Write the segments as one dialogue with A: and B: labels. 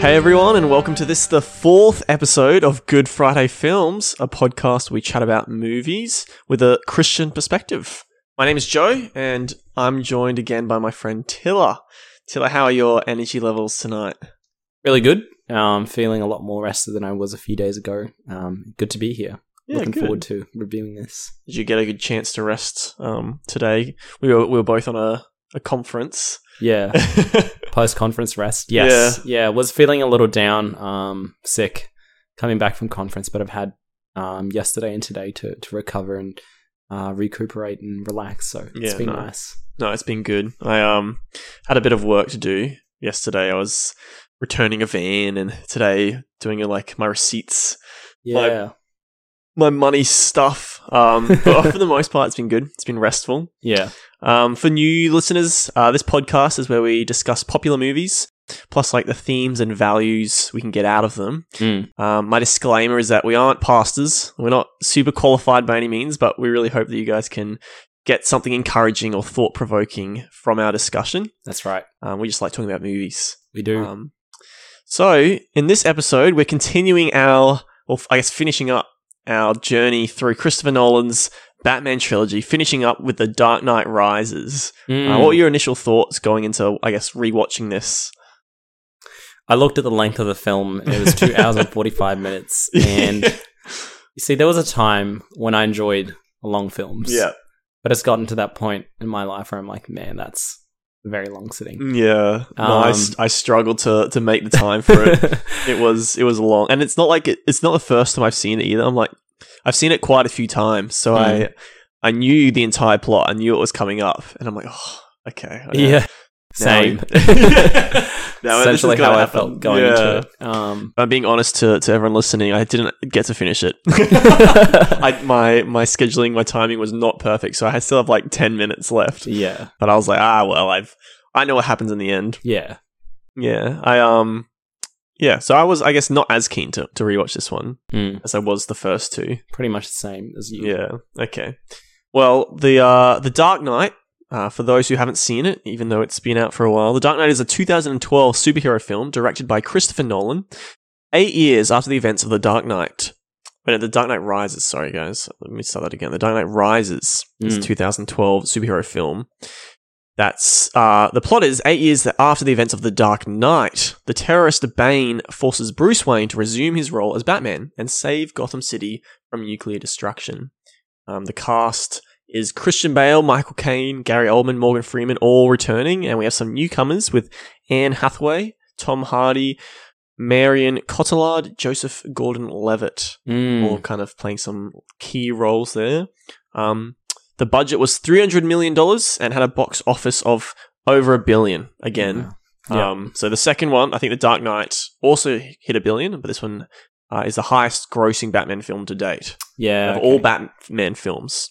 A: Hey everyone, and welcome to this, the fourth episode of Good Friday Films, a podcast we chat about movies with a Christian perspective. My name is Joe, and I'm joined again by my friend Tiller. Tiller, how are your energy levels tonight?
B: Really good. Um, feeling a lot more rested than I was a few days ago. Um, good to be here. Looking forward to reviewing this.
A: Did you get a good chance to rest um, today? We were we were both on a, a conference.
B: Yeah. Post conference rest. Yes. Yeah. Was feeling a little down. Um, sick. Coming back from conference, but I've had um yesterday and today to to recover and uh, recuperate and relax. So it's
A: Yeah,
B: been
A: no.
B: nice.
A: No, it's been good. I um had a bit of work to do yesterday. I was returning a van, and today doing like my receipts Like-
B: Yeah.
A: my money stuff. Um, but for the most part, it's been good. It's been restful.
B: yeah.
A: Um, for new listeners, uh, this podcast is where we discuss popular movies, plus like the themes and values we can get out of them.
B: Mm.
A: Um, my disclaimer is that we aren't pastors. We're not super qualified by any means, but we really hope that you guys can get something encouraging or thought provoking from our discussion.
B: That's right.
A: Um, we just like talking about movies.
B: We do.
A: Um, so, in this episode, we're continuing our, or I guess finishing up our journey through Christopher Nolan's Batman trilogy, finishing up with The Dark Knight Rises. Uh,
B: Mm.
A: what were your initial thoughts going into, I guess, rewatching this?
B: I looked at the length of the film. It was two hours and forty five minutes, and you see, there was a time when I enjoyed long films. But it's gotten to that point in my life where I'm like, man, that's a very long
A: Mm,
B: sitting.
A: yeah. No, I, s-
B: Um,
A: I struggled to to make the time for it. it was it was long, and it's not like it, it's not the first time I've seen it either. I'm like, I've seen it quite a few times, so
B: Hmm.
A: I I knew the entire plot. I knew it was coming up, and I'm like, oh, okay, I know.
B: yeah. Same.
A: Now this
B: Essentially
A: is gonna
B: how I
A: happen.
B: felt going
A: Yeah.
B: into it. Um,
A: I'm being honest to, to everyone listening. I didn't get to finish it.
B: Um,
A: I, my my scheduling, my timing was not perfect, so I still have like ten minutes left.
B: yeah.
A: But I was like, ah, well, I've I know what happens in the end.
B: Yeah.
A: Yeah, I um, yeah. So I was, I guess, not as keen to to rewatch this one
B: Mm,
A: as I was the first two.
B: pretty much the same as you.
A: Yeah. Okay. Well, the uh, the Dark Knight. Uh, for those who haven't seen it, even though it's been out for a while, The Dark Knight is a 2012 superhero film directed by Christopher Nolan, eight years after the events of The Dark Knight. Wait, no, The Dark Knight Rises. Sorry, guys. Let me start that again. The Dark Knight Rises is a
B: Mm.
A: 2012 superhero film. That's uh, the plot is eight years after the events of The Dark Knight. The terrorist Bane forces Bruce Wayne to resume his role as Batman and save Gotham City from nuclear destruction. Um, the cast is Christian Bale, Michael Caine, Gary Oldman, Morgan Freeman, all returning, and we have some newcomers with Anne Hathaway, Tom Hardy, Marion Cotillard, Joseph Gordon-Levitt,
B: Mm,
A: all kind of playing some key roles there. Um, the budget was three hundred million dollars and had a box office of over a billion again.
B: Yeah.
A: Um, so the second one, I think The Dark Knight also hit a billion, but this one uh, is the highest grossing Batman film to date
B: Yeah.
A: of
B: okay.
A: all Batman films.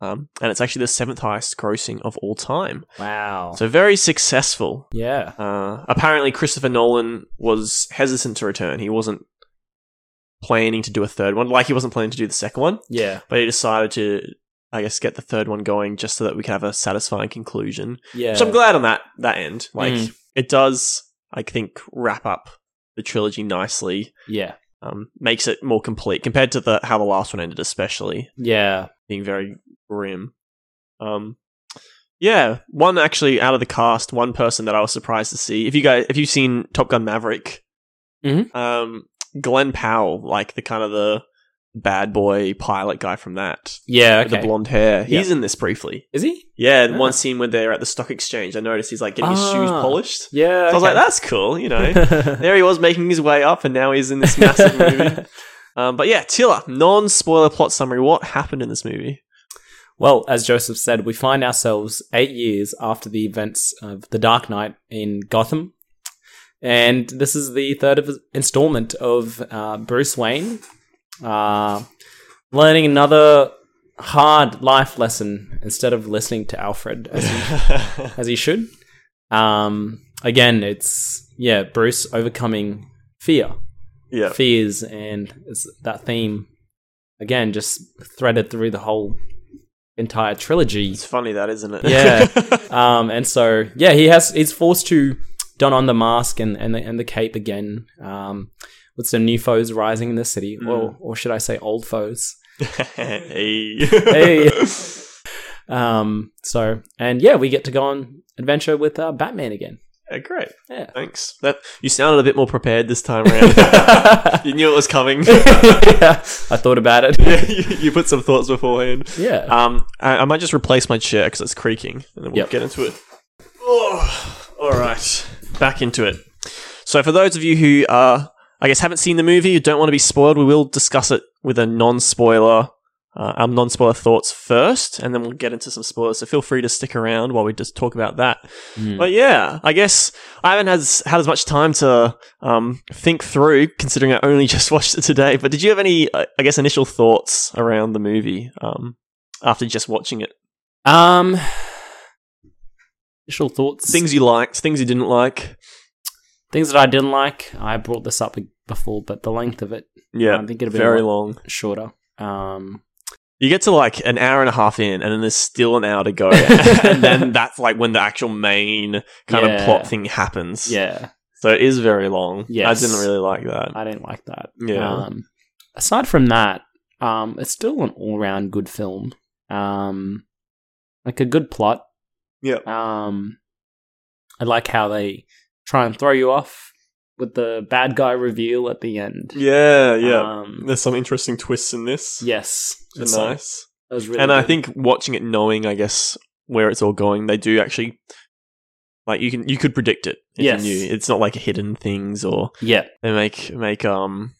A: Um, and it's actually the seventh highest grossing of all time.
B: Wow.
A: So very successful.
B: yeah.
A: Uh, apparently, Christopher Nolan was hesitant to return. He wasn't planning to do a third one, like he wasn't planning to do the second one,
B: Yeah.
A: but he decided to, I guess, get the third one going just so that we could have a satisfying conclusion.
B: Yeah.
A: So I'm glad on that that end. Like
B: Mm.
A: it does, I think, wrap up the trilogy nicely.
B: Yeah.
A: Um, makes it more complete compared to the how the last one ended, especially
B: Yeah.
A: being very grim. Um, yeah, one actually out of the cast, one person that I was surprised to see. If you guys, if you've seen Top Gun Maverick,
B: Mhm.
A: um, Glenn Powell, like the kind of the bad boy pilot guy from that,
B: Yeah.
A: with
B: Okay.
A: the blonde hair,
B: Yeah.
A: he's in this briefly.
B: Is he?
A: Yeah, and
B: Ah.
A: one scene when they're at the stock exchange, I noticed he's like getting his shoes
B: Ah.
A: polished. So
B: Yeah.
A: I was like, that's cool, you know. there he was making his way up, and now he's in this massive movie. Um, but yeah, Tiller, non spoiler plot summary. What happened in this movie?
B: Well, as Joseph said, we find ourselves eight years after the events of The Dark Knight in Gotham. And this is the third of- installment of uh, Bruce Wayne uh, learning another hard life lesson instead of listening to Alfred as he, as he should. Um, again, it's, yeah, Bruce overcoming fear
A: yeah.
B: fears and it's that theme again just threaded through the whole entire trilogy
A: It's funny, that, isn't it?
B: Yeah. um and so yeah he has he's forced to don on the mask and and the, and the cape again um, with some new foes rising in the city, or or should I say, old foes?
A: hey.
B: Hey. Um, so and yeah, we get to go on adventure with uh, Batman again.
A: Yeah, great.
B: Yeah.
A: Thanks. That you sounded a bit more prepared this time around. you knew it was coming.
B: yeah, I thought about it.
A: Yeah, you, you put some thoughts beforehand.
B: Yeah.
A: Um, I, I might just replace my chair because it's creaking, and then we'll
B: Yep.
A: get into it. Oh, all right, back into it. So, for those of you who uh, I guess haven't seen the movie, you don't want to be spoiled. We will discuss it with a non-spoiler, uh, um, non-spoiler thoughts first, and then we'll get into some spoilers. So, feel free to stick around while we just talk about that.
B: Mm.
A: But yeah, I guess I haven't had as, had as much time to um, think through, considering I only just watched it today. But did you have any, uh, I guess, initial thoughts around the movie um, after just watching it?
B: Um, initial thoughts.
A: Things you liked, things you didn't like.
B: things that I didn't like. I brought this up before, but the length of it
A: Yeah,
B: I think it'd be
A: very
B: a lot-
A: long.
B: shorter. Um,
A: You get to like an hour and a half in, and then there's still an hour to go, and then that's like when the actual main kind of
B: Yeah.
A: plot thing happens.
B: yeah,
A: so it is very long. Yeah, I
B: Yes.
A: didn't really like that.
B: I didn't like that.
A: Yeah.
B: Um, aside from that, um, it's still an all-round good film. Um, like a good plot.
A: Yeah.
B: Um, I like how they try and throw you off with the bad guy reveal at the end.
A: Yeah,
B: Um,
A: there's some interesting twists in this.
B: yes.
A: which are
B: So,
A: nice.
B: that was really
A: and I
B: good.
A: think watching it, knowing I guess where it's all going, they do actually like you can you could predict it. If
B: Yes.
A: you knew. it's not like hidden things or
B: yeah,
A: they make make um.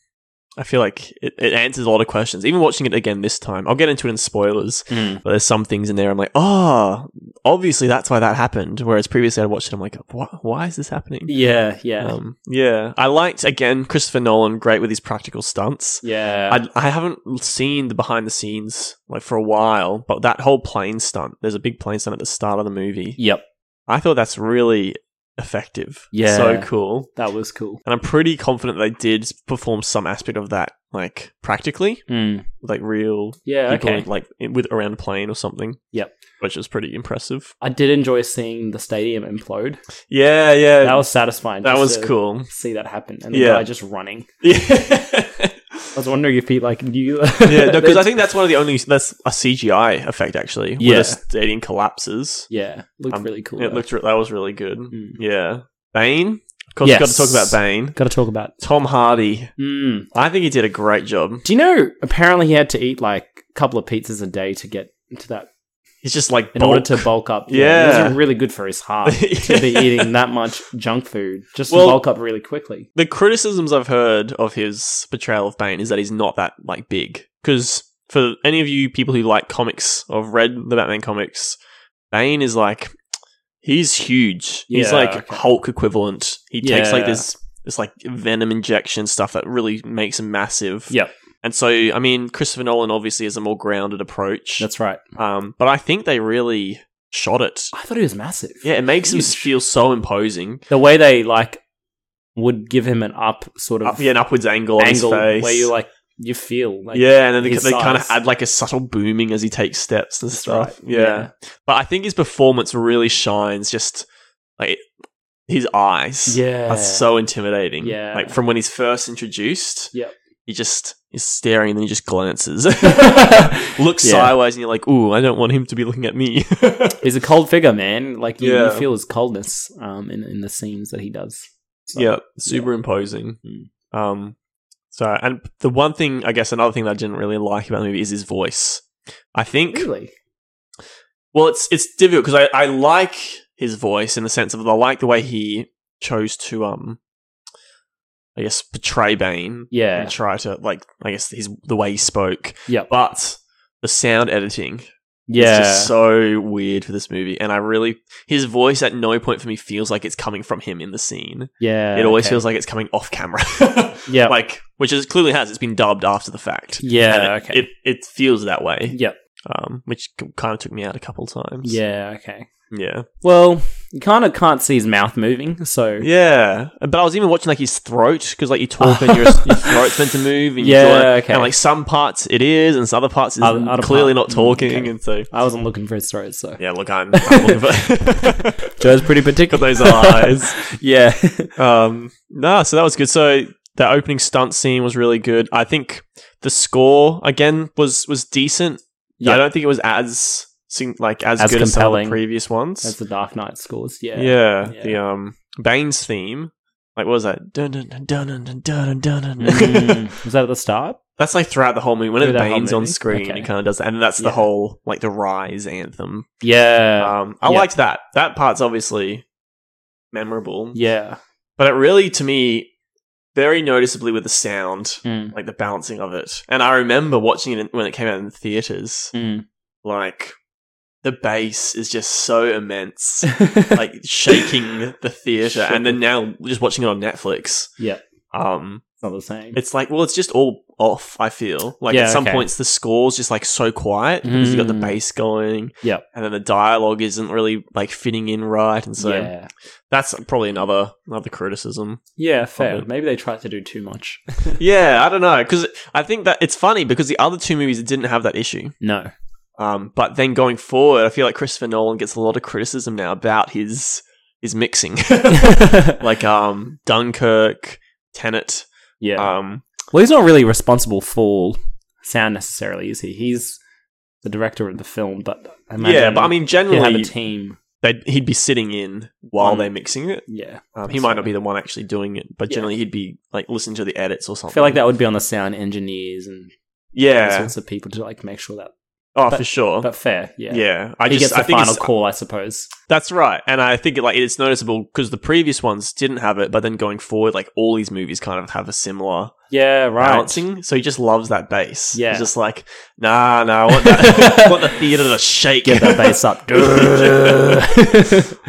A: I feel like it, it answers a lot of questions. Even watching it again this time, I'll get into it in spoilers. But there's some things in there I'm like, oh, obviously that's why that happened. Whereas previously I watched it, I'm like, what? Why is this happening?
B: yeah, yeah,
A: Um, yeah. I liked again Christopher Nolan, great with his practical stunts.
B: yeah.
A: I, I haven't seen the behind the scenes like for a while, but that whole plane stunt. There's a big plane stunt at the start of the movie.
B: yep,
A: I thought that's really effective.
B: Yeah.
A: so cool.
B: that was cool.
A: And I'm pretty confident they did perform some aspect of that, like practically,
B: Mm.
A: with, like real
B: Yeah,
A: people,
B: okay.
A: like in- with around a plane or something.
B: Yep.
A: which was pretty impressive.
B: I did enjoy seeing the stadium implode.
A: Yeah, yeah,
B: That was satisfying.
A: that
B: just
A: was
B: to
A: cool.
B: See that happen, and the
A: Yeah.
B: guy just running.
A: yeah,
B: I was wondering if he like knew.
A: no, because I think that's one of the only that's a CGI effect actually. where
B: Yeah.
A: the stadium collapses.
B: yeah, looked
A: Um,
B: really cool.
A: It looked re- that was really good.
B: Mm.
A: Yeah, Bane. Of course, we've got to
B: Yes.
A: talk about Bane.
B: Got to talk about.
A: Tom Hardy.
B: Mm.
A: I think he did a great job.
B: Do you know? Apparently, he had to eat like a couple of pizzas a day to get to that
A: He's just like
B: in order to
A: bulk.
B: bulk up. it
A: Yeah.
B: was really good for his heart to be eating that much junk food just
A: Well-
B: to bulk up really quickly.
A: the criticisms I've heard of his portrayal of Bane is that he's not that like big. Because for any of you people who like comics or have read the Batman comics, Bane is like he's huge. he's
B: Yeah,
A: like
B: okay.
A: Hulk equivalent. He takes like
B: Yeah.
A: this this like venom injection stuff that really makes him massive.
B: Yep.
A: And so I mean Christopher Nolan obviously has a more grounded approach.
B: That's right.
A: um but I think they really shot it.
B: I thought he was massive.
A: Yeah, it makes him
B: Huge.
A: feel so imposing.
B: the way they like would give him an up sort of
A: Up, yeah, an upwards angle,
B: angle
A: on his face.
B: where you like you feel like
A: yeah, and then they,
B: his
A: they kind of
B: size.
A: add like a subtle booming as he takes steps and stuff.
B: right,
A: Yeah.
B: yeah.
A: but I think his performance really shines. Just like his eyes,
B: yeah
A: are so intimidating.
B: Yeah.
A: like from when he's first introduced.
B: Yep.
A: he just is staring and then he just glances, looks
B: Yeah.
A: sideways, and you're like, "Ooh, I don't want him to be looking at me."
B: he's a cold figure man like you,
A: Yeah.
B: you feel his coldness um in, in the scenes that he does So,
A: yeah, super imposing.
B: Hmm.
A: Um, so and the one thing, I guess, another thing that I didn't really like about the movie is his voice. I think
B: really
A: Well, it's it's difficult because I, I like his voice in the sense of I like the way he chose to um, I guess portray Bane
B: yeah
A: and try to like I guess his the way he spoke,
B: yeah
A: but the sound editing
B: yeah
A: is just so weird for this movie, and I really his voice at no point for me feels like it's coming from him in the scene.
B: yeah
A: it always
B: Uh, okay.
A: feels like it's coming off camera,
B: yeah
A: like which is clearly has it's been dubbed after the fact.
B: yeah
A: And it,
B: okay
A: it it feels that way,
B: yeah
A: um, which kind of took me out a couple times.
B: yeah okay
A: Yeah.
B: Well, you kind of can't see his mouth moving, so
A: Yeah. But I was even watching like his throat because like you talk and your, your throat's meant to move and
B: Yeah,
A: you jaw-
B: okay.
A: and like some parts it is and some other parts is
B: Other- other
A: clearly
B: part-
A: not talking
B: okay.
A: and so
B: I wasn't looking for his throat. So
A: yeah, look, I'm, I'm looking for
B: Joe's pretty
A: got
B: particular.
A: those eyes.
B: yeah,
A: Um, no, so that was good. So that opening stunt scene was really good. I think the score again was was decent.
B: Yeah.
A: I don't think it was as sing- like as,
B: As
A: good as some of the
B: compelling.
A: previous ones.
B: that's the Dark Knight scores. Yeah,
A: yeah. the um Bane's theme. Like what was that? Dun dun dun dun dun dun dun dun. dun.
B: Mm. was that at the start?
A: that's like throughout the whole movie. Whenever
B: Through the whole
A: Bane's on
B: movie?
A: screen,
B: Okay.
A: it kind of does that, and that's the
B: Yeah.
A: whole like the rise anthem.
B: Yeah,
A: um, I
B: yeah.
A: liked that. That part's obviously memorable.
B: yeah.
A: But it really, to me, very noticeably with the sound,
B: Mm.
A: like the balancing of it. And I remember watching it in- when it came out in the theaters.
B: Mm.
A: Like the bass is just so immense, like shaking the theater. And then now just watching it on Netflix,
B: yeah,
A: um,
B: it's not the same.
A: it's like well, it's just all off. I feel like
B: Yeah,
A: at some
B: okay.
A: points the score's just like so quiet because you got the
B: Mm.
A: bass going,
B: Yep.
A: and then the dialogue isn't really like fitting in right, and so
B: yeah,
A: that's probably another another criticism.
B: yeah, fair.
A: Probably.
B: Maybe they tried to do too much.
A: Yeah, I don't know because I think that it's funny because the other two movies didn't have that issue.
B: no,
A: Um, but then going forward, I feel like Christopher Nolan gets a lot of criticism now about his his mixing, like um, Dunkirk, Tenet.
B: yeah.
A: Um,
B: Well, he's not really responsible for sound necessarily, is he? He's the director of the film, but I imagine
A: yeah, but I mean,
B: he'll have a
A: generally,
B: team.
A: they'd, he'd be sitting in while
B: Um,
A: they're mixing it.
B: Yeah,
A: Um, he
B: so-
A: might not be the one actually doing it, but
B: Yeah.
A: generally he'd be like listening to the edits or
B: I
A: something.
B: feel like that would be on the sound engineers and all
A: Yeah.
B: sorts of people to like make sure that.
A: Oh,
B: but-
A: for sure.
B: But fair, yeah.
A: yeah. I
B: he
A: just
B: gets the
A: I think
B: final
A: it's,
B: call, I suppose.
A: That's right, and I think it, like it's noticeable because the previous ones didn't have it, but then going forward, like all these movies kind of have a similar
B: Yeah, right.
A: balancing. So he just loves that bass.
B: Yeah.
A: he's just like nah, nah, I want, that, I want the theater to shake.
B: Get that bass up.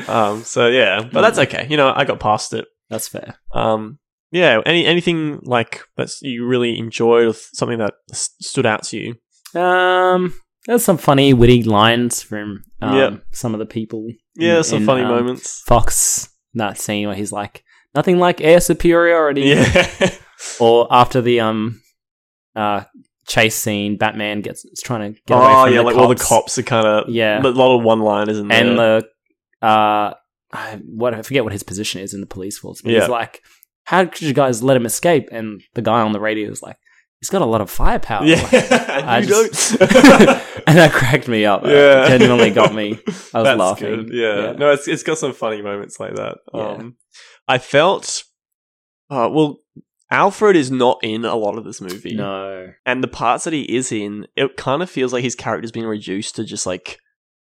A: um. So yeah, but
B: Mm.
A: that's okay. You know, I got past it.
B: That's fair.
A: Um. Yeah. Any anything like that's you really enjoyed or th- something that s- stood out to you?
B: Um, there's some funny, witty lines from um,
A: Yep.
B: some of the people.
A: Yeah,
B: in-
A: some
B: in,
A: funny
B: um,
A: moments.
B: Fox, that scene where he's like, nothing like air superiority.
A: Yeah.
B: Or after the um, uh, chase scene, Batman gets is trying to get
A: oh
B: away from
A: yeah,
B: the
A: like
B: cops.
A: all the cops are kind of
B: Yeah.
A: a lot of one liners in there.
B: and the uh, I, what I forget what his position is in the police force, but
A: Yeah.
B: he's like, "How could you guys let him escape?" And the guy on the radio is like, "He's got a lot of firepower."
A: yeah,
B: I
A: and you
B: just-
A: don't.
B: and that cracked me up.
A: yeah,
B: it genuinely got me. I was
A: That's
B: laughing.
A: good, Yeah.
B: Yeah.
A: no, it's it's got some funny moments like that.
B: Yeah.
A: Um, I felt, uh, well, Alfred is not in a lot of this movie,
B: No,
A: and the parts that he is in, it kind of feels like his character's been reduced to just like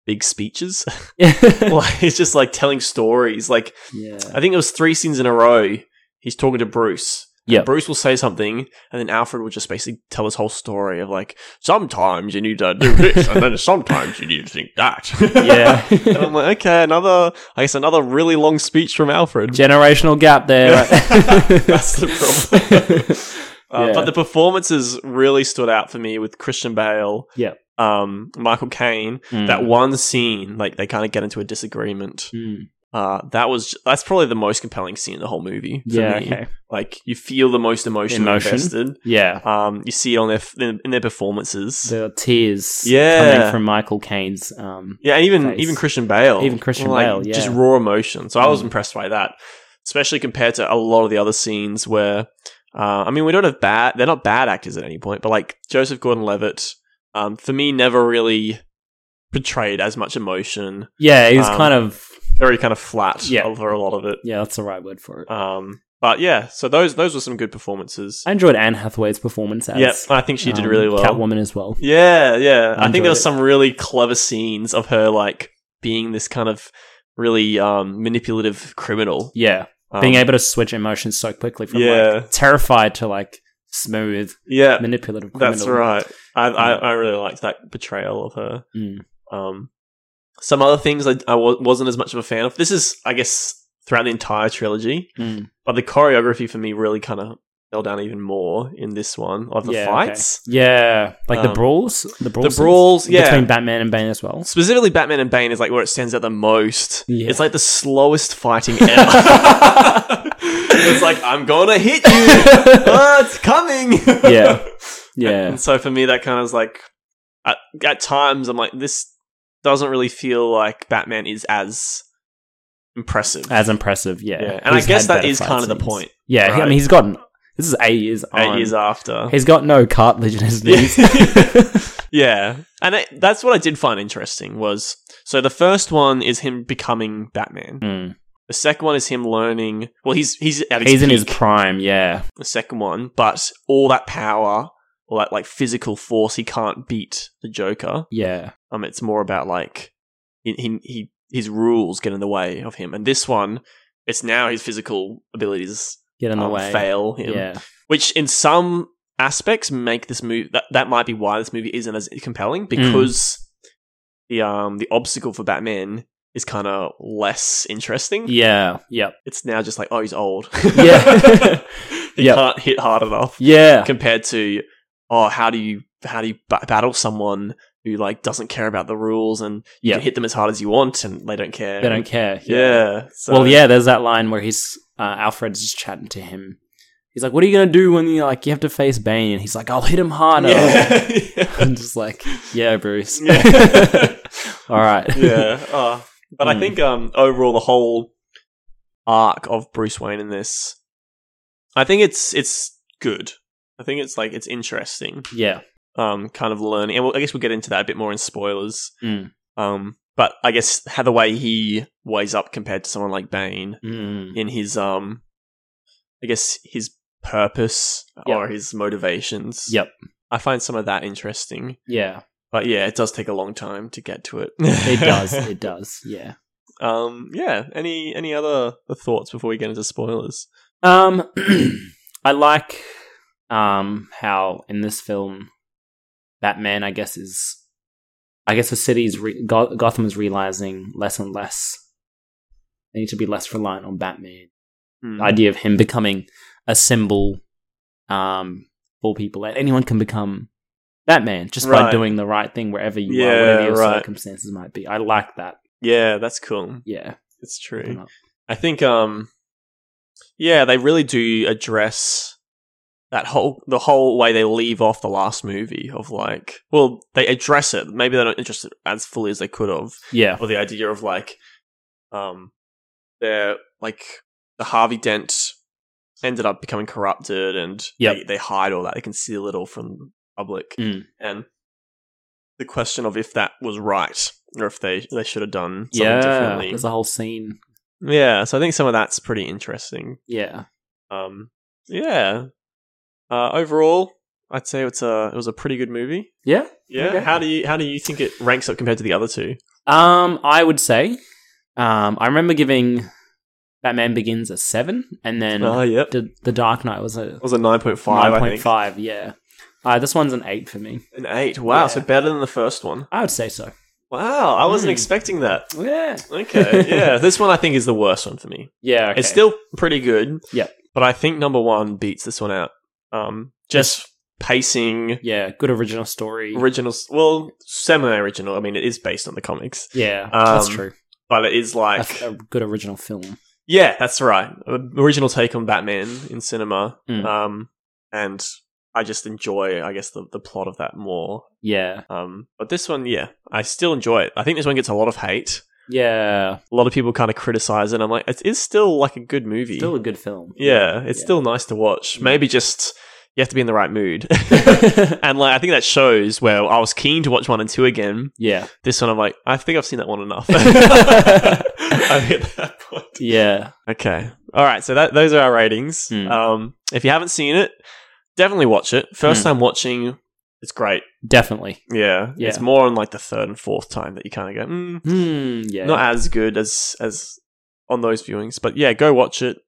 A: big speeches. like he's just like telling stories. Like
B: yeah,
A: I think it was three scenes in a row. He's talking to Bruce. and
B: Yeah.
A: Bruce will say something, and then Alfred will just basically tell his whole story of like, sometimes you need to do this, and then sometimes you need to think that. and
B: yeah.
A: I'm like, okay, another, I guess, another really long speech from Alfred.
B: Generational gap there.
A: That's the problem. Uh,
B: Yeah.
A: But the performances really stood out for me with Christian Bale,
B: Yeah.
A: um, Michael Caine.
B: Mm.
A: That one scene, like they kind of get into a disagreement.
B: Mm.
A: Uh, that was that's probably the most compelling scene in the whole movie. For
B: Yeah.
A: me.
B: Okay.
A: Like you feel the most emotion,
B: Emotion.
A: invested.
B: Yeah.
A: Um, you see it on their f- in, in their performances.
B: The tears.
A: Yeah.
B: Coming from Michael Caine's. Um.
A: yeah, and even
B: face.
A: even Christian Bale,
B: Even Christian Bale, yeah.
A: just raw emotion. So I was
B: Mm.
A: impressed by that, especially compared to a lot of the other scenes where, uh, I mean, we don't have bad. They're not bad actors at any point, but like Joseph Gordon-Levitt, um, for me, never really portrayed as much emotion.
B: Yeah. He was
A: Um,
B: kind of.
A: Very kind of flat
B: Yeah.
A: over a lot of it.
B: Yeah, that's the right word for it.
A: Um, but yeah, so those those were some good performances.
B: I enjoyed Anne Hathaway's performance as
A: Yep, I think she did
B: um,
A: really well.
B: Catwoman as well.
A: Yeah, yeah. I, think
B: I enjoyed
A: there was
B: it.
A: some really clever scenes of her like being this kind of really um, manipulative criminal.
B: Yeah,
A: Um,
B: being able to switch emotions so quickly from
A: Yeah.
B: like terrified to like smooth,
A: yeah,
B: manipulative. Criminal.
A: that's right. I, I I really liked that portrayal of her.
B: Mm.
A: Um, some other things I, I wa- wasn't as much of a fan of. This is, I guess, throughout the entire trilogy,
B: Mm.
A: but the choreography for me really kind of fell down even more in this one of the
B: yeah, okay.
A: fights.
B: Yeah, like the
A: Um,
B: brawls, the brawls,
A: brawls, yeah.
B: between Batman and Bane as well.
A: Specifically, Batman and Bane is like where it stands out the most.
B: Yeah.
A: It's like the slowest fighting ever. it's like I'm gonna hit you, but it's coming.
B: Yeah, yeah,
A: And so for me, that kind of is like, at, at times I'm like, this doesn't really feel like Batman is as impressive.
B: as impressive. Yeah,
A: Yeah, and I
B: He's
A: guess
B: had
A: that
B: better
A: is
B: fight
A: kind of the
B: scenes.
A: point,
B: Yeah, he- I
A: right?
B: mean, he's gotten this is eight years.
A: eight
B: on.
A: years after.
B: He's got no cartilage in his knees.
A: yeah, and it, that's what I did find interesting was so the first one is him becoming Batman.
B: Hmm.
A: The second one is him learning. Well, he's he's at his
B: He's in his
A: peak,
B: prime. Yeah,
A: the second one, but all that power, all that like physical force, he can't beat the Joker.
B: yeah,
A: Um, it's more about like he, he, he his rules get in the way of him, and this one, it's now his physical abilities
B: get in the
A: um,
B: way.
A: fail him,
B: Yeah,
A: which in some aspects make this movie that that might be why this movie isn't as
B: Mm.
A: compelling because the um the obstacle for Batman is kind of less interesting.
B: yeah, yep,
A: It's now just like oh he's old,
B: yeah,
A: he
B: Yep.
A: can't hit hard enough
B: yeah,
A: compared to oh how do you how do you ba- battle someone who like doesn't care about the rules and you
B: Yeah.
A: can hit them as hard as you want and they don't care
B: They don't care.
A: yeah so-
B: Well, yeah, there's that line where he's uh, Alfred's just chatting to him. He's like, "What are you gonna do when you like you have to face Bane?" And he's like, "I'll hit him harder."
A: yeah
B: I'm just like, "Yeah, Bruce.
A: Yeah.
B: All right.
A: yeah uh, but i
B: Mm.
A: think um overall the whole arc of bruce wayne in this i think it's it's good i think it's like it's interesting
B: yeah,
A: um, kind of learning. And we'll, I guess we'll get into that a bit more in spoilers.
B: Mm.
A: Um, but I guess how the way he weighs up compared to someone like Bane
B: Mm.
A: in his, um, I guess his purpose
B: Yep.
A: or his motivations.
B: Yep.
A: I find some of that interesting.
B: yeah.
A: But yeah, it does take a long time to get to it.
B: It does. it does. Yeah."
A: um, yeah. Any any other uh, thoughts before we get into spoilers?
B: Um, I like um how in this film, Batman, I guess is, I guess the city's re- Go- Gotham is realizing less and less. They need to be less reliant on Batman.
A: Mm.
B: The idea of him becoming a symbol, um, for people, and anyone can become Batman just by
A: Right.
B: doing the right thing wherever you are,
A: Yeah,
B: whatever your
A: right.
B: circumstances might be. I like that.
A: yeah, that's cool.
B: Yeah.
A: It's true. I think um yeah, they really do address that whole the whole way they leave off the last movie of like well, they address it. Maybe they're not interested as fully as they could have.
B: Yeah.
A: Or the idea of like um they're like the Harvey Dent ended up becoming corrupted and
B: Yep.
A: they, they hide all that, they conceal it all from the public.
B: Mm.
A: And the question of if that was right or if they, they should have done something
B: Yeah.
A: differently.
B: There's a whole scene.
A: Yeah, so I think some of that's pretty interesting.
B: Yeah.
A: Um, yeah. Uh, overall, I'd say it's a it was a pretty good movie.
B: Yeah.
A: Yeah.
B: Okay.
A: How do you how do you think it ranks up compared to the other two?
B: Um, I would say, um, I remember giving Batman Begins a seven, and then
A: Uh, yep. It
B: the, the Dark Knight was a
A: was a nine point five.
B: nine
A: I
B: point
A: think
B: five. Yeah, uh, this one's an eight for me.
A: an eight. Wow, so
B: Yeah.
A: better than the first one.
B: I would say so.
A: Wow, I wasn't
B: Mm.
A: expecting that.
B: Yeah,
A: Okay, yeah, this one I think is the worst one for me.
B: yeah. okay.
A: It's still pretty good.
B: Yeah.
A: but I think number one beats this one out. Um, just pacing,
B: yeah, good original story.
A: original, well, semi-original. I mean, it is based on the comics.
B: yeah,
A: Um,
B: that's true.
A: but it is
B: A-
A: like
B: a, good original film.
A: yeah that's right Um, original take on batman in cinema
B: Mm.
A: um and i just enjoy i guess the, the plot of that more
B: Yeah,
A: um but this one yeah i still enjoy it i think this one gets a lot of hate
B: yeah.
A: a lot of people kind of criticize it i'm like it is still like a good movie
B: Still a good film.
A: yeah it's
B: Yeah.
A: still nice to watch
B: Yeah.
A: maybe just you have to be in the right mood and like i think that shows where i was keen to watch one and two again
B: yeah,
A: this one i'm like i think i've seen that one enough i'm hit that point
B: yeah.
A: Okay. All right. So that those are our ratings.
B: Hmm.
A: Um, if you haven't seen it, definitely watch it. First
B: Hmm.
A: time watching, it's great.
B: Definitely.
A: Yeah.
B: Yeah.
A: It's more on like the third and fourth time that you kind of go, mm,
B: Hmm. Yeah.
A: not as good as as on those viewings. But yeah, go watch it.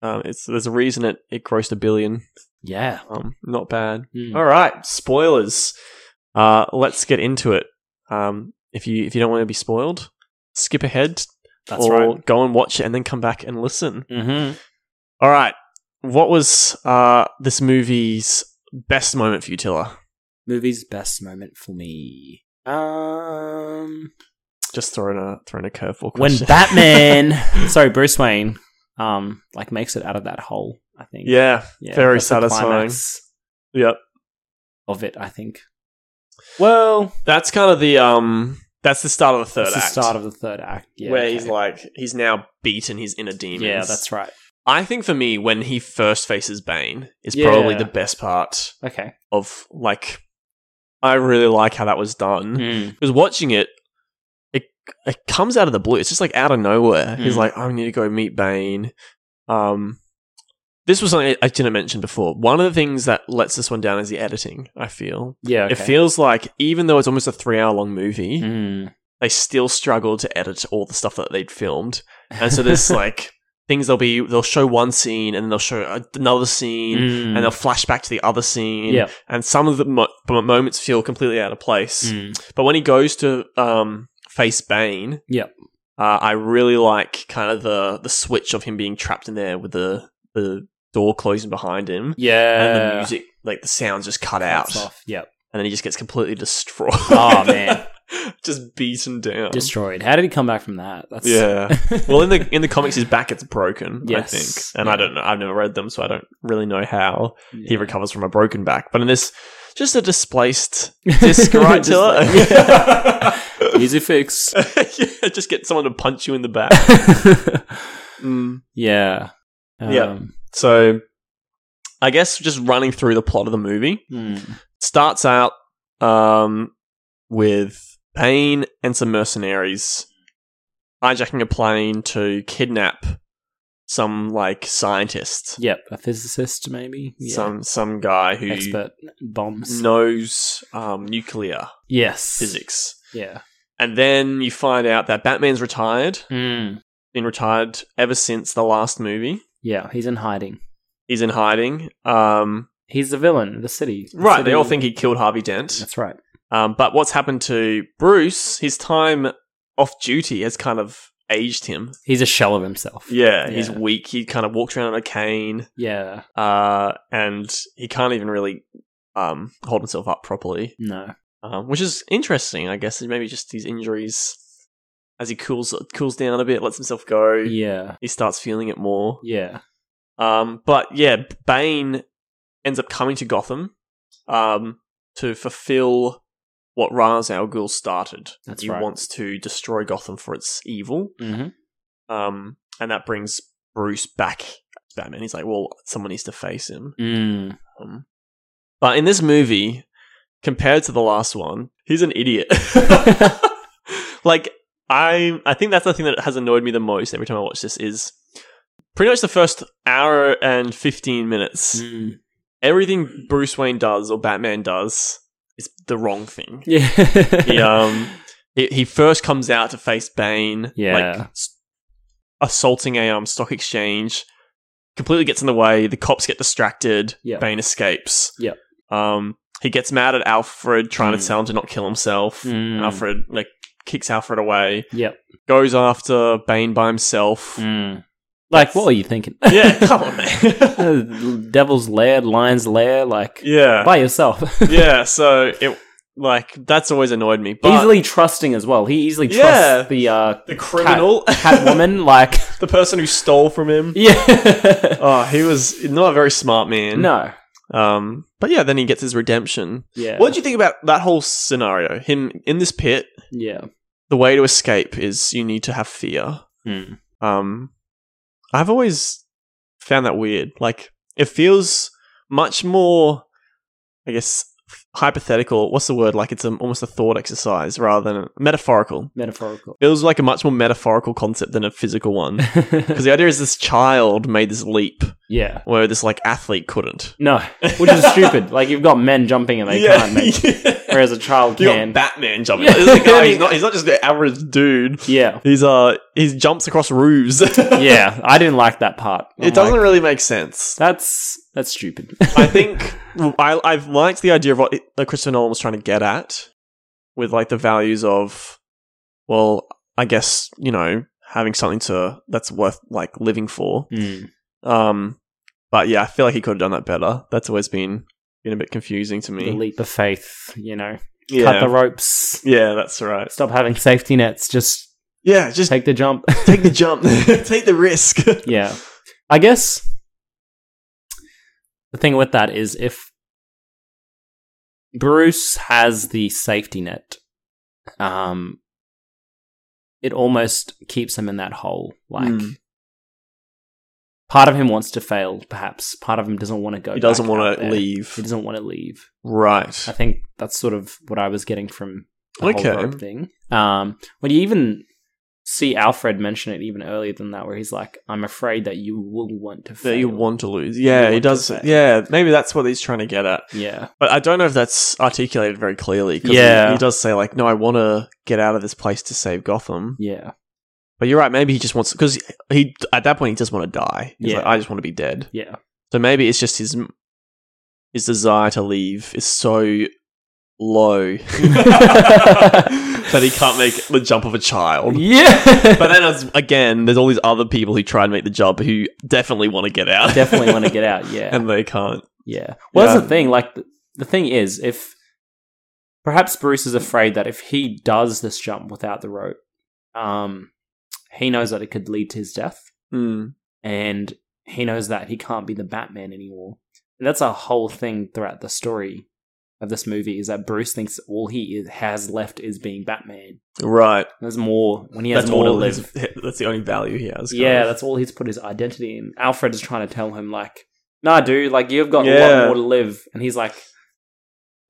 A: Um, it's there's a reason it it grossed a billion.
B: yeah.
A: Um, not bad.
B: Hmm.
A: All right. Spoilers. Uh, let's get into it. Um, if you if you don't want to be spoiled, skip ahead
B: That's
A: or
B: right.
A: go and watch it and then come back and listen.
B: Mm-hmm.
A: All right. what was uh, this movie's best moment for you, Tiller?
B: Movie's best moment for me. Um,
A: Just throwing a throwing a curveball.
B: when
A: question.
B: Batman, sorry, Bruce Wayne, um, like makes it out of that hole. I think.
A: yeah,
B: Yeah,
A: very
B: that's the
A: satisfying.
B: climax
A: yep.
B: Of it, I think. Well,
A: That's kind of the um. That's the start of the third
B: it's the
A: act.
B: start of the third act. Yeah,
A: where
B: okay.
A: he's like he's now beaten his inner demons.
B: yeah, that's right.
A: I think for me, when he first faces Bane, is probably
B: Yeah.
A: the best part
B: Okay.
A: of like. I really like how that was done.
B: Mm.
A: because watching it, it it comes out of the blue. It's just like out of nowhere. He's
B: Mm.
A: like, I need to go meet Bane. Um, this was something I didn't mention before. One of the things that lets this one down is the editing. I feel
B: Yeah,
A: it feels like even though it's almost a three-hour-long movie,
B: Hmm. Mm.
A: they still struggle to edit all the stuff that they'd filmed, and so there's like things they'll be they'll show one scene and then they'll show uh, another scene.
B: Mm.
A: And they'll flash back to the other scene,
B: Hmm. Yeah.
A: and some of the mo- moments feel completely out of place.
B: Mm.
A: But when he goes to um, face Bane,
B: Yep.
A: uh, I really like kind of the the switch of him being trapped in there with the the door closing behind him
B: Yeah.
A: and the music, like the sounds just cut out,
B: Cuts off. Yep.
A: and then he just gets completely destroyed.
B: Oh, man.
A: just beaten down.
B: Destroyed. How did he come back from that? That's
A: yeah. Well, in the in the comics, his back gets broken.
B: Yes.
A: I think, and I
B: Yeah.
A: don't know. I've never read them, so I don't really know how he
B: Yeah.
A: recovers from a broken back. But in this, just a displaced disc, right,
B: Just
A: Tiller?
B: like- Yeah. Easy fix.
A: yeah, just get someone to punch you in the back. Mm.
B: yeah. Um,
A: Yeah. So, I guess just running through the plot of the movie
B: mm,
A: starts out um, with Payne and some mercenaries hijacking a plane to kidnap some like scientist,
B: Yep. A physicist, maybe. Yeah.
A: some some guy who
B: expert bombs.
A: knows um, nuclear
B: Yes.
A: physics.
B: Yeah.
A: And then you find out that Batman's retired,
B: Mm.
A: been retired ever since the last movie.
B: Yeah. He's in hiding.
A: He's in hiding. Um,
B: He's the villain. The city. The
A: right, they all
B: city-
A: think he killed Harvey Dent.
B: That's right.
A: Um, but what's happened to Bruce, his time off duty has kind of aged him.
B: He's a shell of himself.
A: Yeah, he's
B: Yeah.
A: weak. He kind of walks around on a cane
B: Yeah.
A: uh, and he can't even really um, hold himself up properly,
B: No.
A: um, which is interesting, I guess. Maybe just these injuries as he cools cools down a bit, lets himself go.
B: Yeah.
A: He starts feeling it more.
B: Yeah.
A: Um, but yeah, Bane ends up coming to Gotham um, to fulfill what Ra's al Ghul started.
B: That's
A: he
B: right.
A: wants to destroy Gotham for its evil,
B: Mm-hmm.
A: um, and that brings Bruce back. to Batman. He's like, well, someone needs to face him.
B: Mm.
A: Um, but in this movie, compared to the last one, he's an idiot. like I, I think that's the thing that has annoyed me the most every time I watch this is pretty much the first hour and fifteen minutes.
B: Mm.
A: Everything Bruce Wayne does or Batman does is the wrong thing.
B: Yeah.
A: He um, he, he first comes out to face Bane.
B: Yeah.
A: like s- assaulting a um stock exchange. Completely gets in the way. The cops get distracted.
B: Yeah.
A: Bane escapes.
B: Yep.
A: Um, he gets mad at Alfred trying to
B: Mm.
A: tell him to not kill himself.
B: Mm.
A: Alfred like kicks Alfred away.
B: Yep.
A: Goes after Bane by himself.
B: Mm. Like, what were you thinking?
A: Yeah, come on, man.
B: Devil's lair, lion's lair, like
A: yeah,
B: by yourself.
A: yeah. So it like that's always annoyed me. But
B: easily trusting as well. He easily trusts
A: Yeah.
B: the uh,
A: the criminal,
B: cat woman. Like,
A: the person who stole from him.
B: yeah.
A: Oh, he was not a very smart man.
B: no.
A: Um, but yeah, then he gets his redemption.
B: Yeah.
A: What do you think about that whole scenario? Him in this pit.
B: yeah.
A: The way to escape is you need to have fear.
B: Mm.
A: Um, I've always found that weird. Like, it feels much more, I guess, hypothetical. What's the word? Like, it's a, almost a thought exercise rather than metaphorical.
B: Metaphorical.
A: Feels like a much more metaphorical concept than a physical one. Because the idea is this child made this leap
B: yeah.
A: where this like athlete couldn't.
B: No. Which is stupid. Like you've got men jumping and they
A: Yeah,
B: can't make.
A: yeah.
B: Whereas a child
A: You
B: can.
A: got Batman jumping.
B: Yeah.
A: This is a guy- he's, not, he's not just the average dude.
B: yeah.
A: He's uh he jumps across roofs.
B: Yeah. I didn't like that part. I'm
A: it doesn't
B: like,
A: really make sense.
B: that's that's stupid.
A: I think I, I've liked the idea of what it, that Christopher Nolan was trying to get at with like the values of, well, I guess
B: Hmm.
A: you know having something to that's worth like living for.
B: Mm.
A: Um, But yeah, I feel like he could have done that better. That's always been been a bit confusing to
B: The
A: me.
B: leap of faith, you know,
A: yeah.
B: cut the ropes,
A: yeah, that's right.
B: stop having safety nets, just
A: Yeah, just take,
B: take the jump.
A: the jump, take the risk.
B: yeah. I guess the thing with that is if Bruce has the safety net, um, it almost keeps him in that hole. Like,
A: Mm.
B: part of him wants to fail, perhaps. Part of him doesn't want to go.
A: He doesn't
B: back out
A: want to
B: there. He
A: leave.
B: doesn't want to leave.
A: Right.
B: I think that's sort of what I was getting from the
A: Okay.
B: whole rope thing. Um, when you even see Alfred mention it even earlier than that, where he's like, "I'm afraid that you will want to fail."
A: That you want to lose. Yeah, he
B: want to
A: does.
B: fail.
A: Yeah, maybe that's what he's trying to get at.
B: yeah,
A: But I don't know if that's articulated very clearly. 'cause he-
B: Yeah.
A: He, does say, like, no, I want to get out of this place to save Gotham.
B: yeah,
A: But you're right. Maybe he just wants, because he, at that point, he just want to die. He's
B: Yeah.
A: like, I just want to be dead.
B: yeah,
A: So maybe it's just his, his desire to leave is so low that he can't make the jump of a child.
B: yeah.
A: But then, it's- again, there's all these other people who try and make the jump who definitely want to get out.
B: definitely want to get out. Yeah,
A: and they can't.
B: yeah. Well, that's
A: Yeah.
B: the thing. Like, the, the thing is, if perhaps Bruce is afraid that if he does this jump without the rope, um, he knows that it could lead to his death.
A: Mm.
B: and he knows that he can't be the Batman anymore. And that's a whole thing throughout the story of this movie is that Bruce thinks all he is, has left is being Batman.
A: Right.
B: There's more when he has more to
A: all
B: live.
A: his- That's the only value he has.
B: yeah,
A: kind of.
B: that's all he's put his identity in. Alfred is trying to tell him like, "Nah, dude, like you've got a lot
A: Yeah.
B: more to live," and he's like,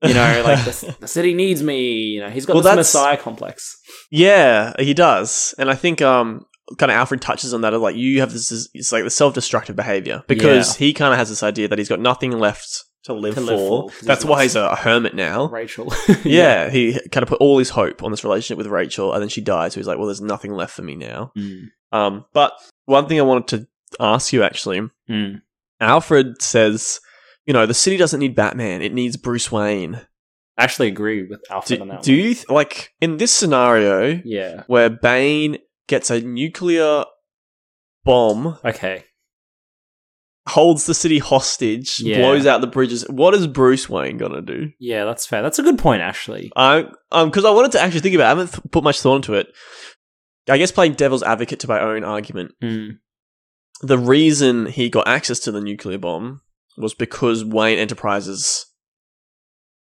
B: "You know, like the, c- the city needs me." You know, he's got
A: Well,
B: this
A: that's-
B: messiah complex.
A: Yeah, he does, and I think um, kind of Alfred touches on that. of, Like you have this, it's like the self-destructive behavior because he kind of has this idea that he's got nothing left to live,
B: To live for,
A: for.
B: 'cause he's
A: That's why
B: lost.
A: he's a hermit now.
B: Rachel.
A: Yeah, he kind of put all his hope on this relationship with Rachel, and then she died. So he's like, "Well, there's nothing left for me now."
B: Mm.
A: Um, but one thing I wanted to ask you actually,
B: Mm.
A: Alfred says, "You know, the city doesn't need Batman; it needs Bruce Wayne."
B: I actually agree with Alfred on
A: Do,
B: that.
A: do
B: one.
A: you th- like in this scenario?
B: Yeah.
A: where Bane gets a nuclear bomb,
B: Okay.
A: holds the city hostage,
B: Yeah.
A: blows out the bridges. What is Bruce Wayne gonna do?
B: Yeah, that's fair. That's a good point, actually.
A: I um because I wanted to actually think about. it. I haven't th- put much thought into it. I guess playing devil's advocate to my own argument,
B: Mm.
A: the reason he got access to the nuclear bomb was because Wayne Enterprises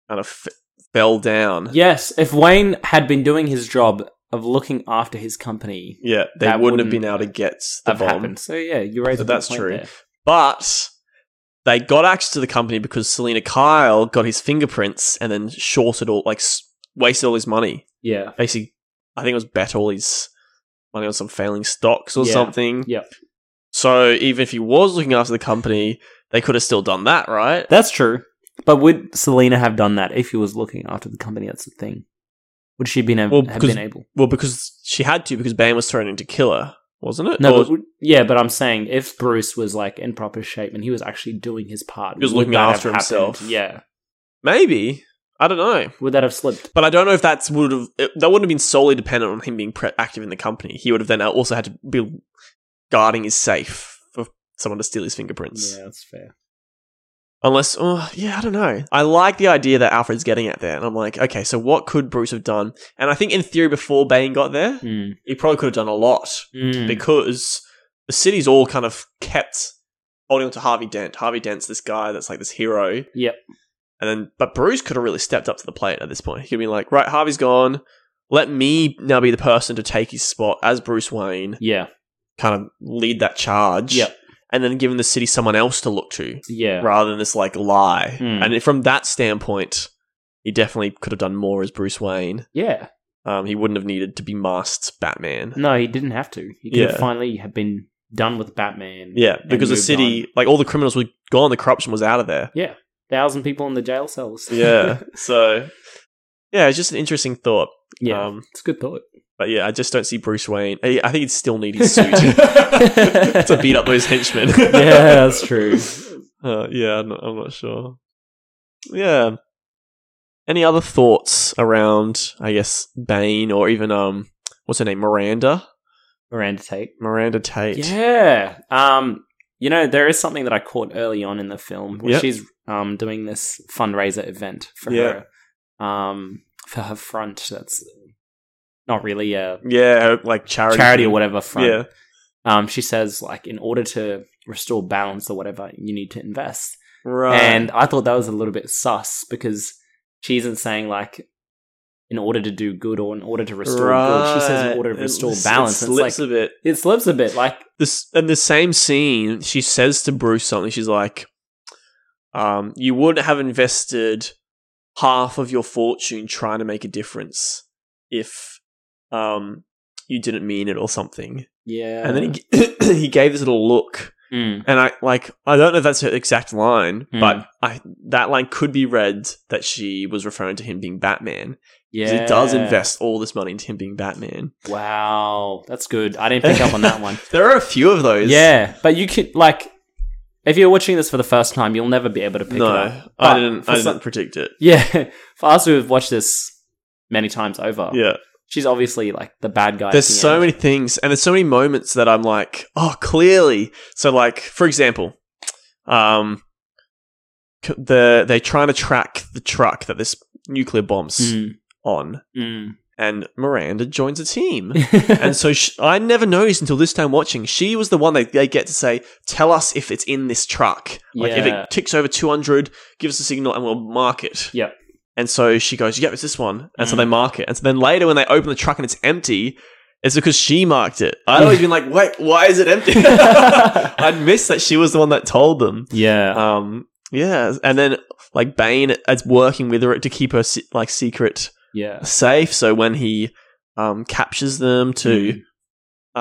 A: kind of f- fell down.
B: Yes, if Wayne had been doing his job of looking after his company,
A: Yeah, they
B: That
A: wouldn't, have
B: wouldn't
A: been able to get the
B: that
A: bomb.
B: happened. So yeah, you raised
A: So
B: a good
A: that's
B: point
A: true.
B: there.
A: But they got access to the company because Selena Kyle got his fingerprints and then shorted all, like, s- wasted all his money.
B: Yeah,
A: Basically, I think it was bet all his money on some failing stocks or
B: Yeah.
A: something.
B: Yeah.
A: So even if he was looking after the company, they could have still done that, right?
B: that's true. But would Selena have done that if he was looking after the company? That's the thing. Would she been ab-
A: Well,
B: have
A: because-
B: been able?
A: well, because she had to, because Bane was threatening to kill her, wasn't it?
B: No,
A: Or
B: but, would- yeah, but I'm saying if Bruce was like in proper shape and he was actually doing his part,
A: He was
B: would
A: looking
B: that have
A: after
B: happened?
A: himself.
B: Yeah,
A: maybe. I don't know.
B: would that have slipped?
A: But I don't know if that's would have it- that wouldn't have been solely dependent on him being pre- active in the company. He would have then also had to be guarding his safe for someone to steal his fingerprints.
B: Yeah, that's fair.
A: Unless, oh, yeah, I don't know. I like the idea that Alfred's getting at there, and I'm like, okay, so what could Bruce have done? And I think in theory, before Bane got there,
B: Mm.
A: he probably could have done a lot
B: Mm.
A: because the city's all kind of kept holding on to Harvey Dent. Harvey Dent's this guy that's like this hero.
B: Yep.
A: And then, but Bruce could have really stepped up to the plate at this point. He could be like, right, Harvey's gone. Let me now be the person to take his spot as Bruce Wayne,
B: yeah,
A: kind of lead that charge.
B: Yep.
A: And then giving the city someone else to look to
B: yeah.
A: rather than this like lie.
B: Hmm.
A: And from that standpoint, he definitely could have done more as Bruce Wayne.
B: Yeah,
A: Um, he wouldn't have needed to be masked Batman.
B: No, he didn't have to. He could
A: Yeah.
B: have finally have been done with Batman.
A: Yeah,
B: and
A: because the
B: moved
A: city,
B: on.
A: like all the criminals were gone, the corruption was out of there.
B: thousand people in the jail cells.
A: Yeah. so, yeah, it's just an interesting thought.
B: yeah,
A: Um,
B: it's a good thought.
A: but yeah, I just don't see Bruce Wayne. I, I think he'd still need his suit to beat up those henchmen.
B: yeah, that's true.
A: Uh, yeah, I'm not, I'm not sure. Yeah. Any other thoughts around, I guess, Bane or even, um, what's her name? Miranda?
B: Miranda Tate.
A: Miranda Tate.
B: Yeah. Um, You know, there is something that I caught early on in the film where
A: Yep.
B: she's um, doing this fundraiser event for
A: Yeah.
B: her, um, for her front. That's not really a
A: Yeah, her, like charity.
B: charity or whatever front.
A: Yeah.
B: Um, she says like, in order to restore balance or whatever, you need to invest.
A: Right.
B: And I thought that was a little bit sus because she isn't saying like in order to do good or in order to restore good. She says in order to
A: Right.
B: restore
A: It-
B: balance.
A: It
B: It's like
A: slips a bit.
B: it slips a bit. Like
A: This in the same scene, she says to Bruce something. She's like, um, "You would have invested half of your fortune trying to make a difference if um, you didn't mean it or something."
B: yeah,
A: And then he g- he gave this little look,
B: Mm,
A: and I like I don't know if that's her exact line,
B: Hmm.
A: but I that line could be read that she was referring to him being Batman.
B: yeah,
A: 'Cause It does invest all this money into him being Batman.
B: Wow, that's good. I didn't pick up on that one.
A: There are a few of those.
B: Yeah, but you could like if you're watching this for the first time, you'll never be able to pick
A: no,
B: it up.
A: I
B: But
A: didn't.
B: for
A: I didn't
B: some-
A: predict it.
B: Yeah, for us who have watched this many times over,
A: Yeah,
B: she's obviously like the bad guy. at
A: there's
B: the
A: so
B: end.
A: many things, and there's so many moments that I'm like, oh, clearly. So, like, for example, um, c- the they're trying to track the truck that this nuclear bombs
B: Hmm.
A: on,
B: Mm,
A: and Miranda joins a team.
B: mm.
A: And so sh I never noticed until this time watching. She was the one they, they get to say, "Tell us if it's in this truck. Like if
B: Yeah.
A: it ticks over 200, give us a signal and we'll mark it."
B: Yep.
A: And so she goes, "Yep, it's this one." And so
B: Mm.
A: they mark it. And so then later, when they open the truck and it's empty, it's because she marked it. I'd always been like, "Wait, why is it empty?" I'd missed that she was the one that told them.
B: yeah.
A: Um, yeah, and then like Bane is working with her to keep her se- like secret
B: Yeah.
A: safe. So when he um, captures them to
B: Mm.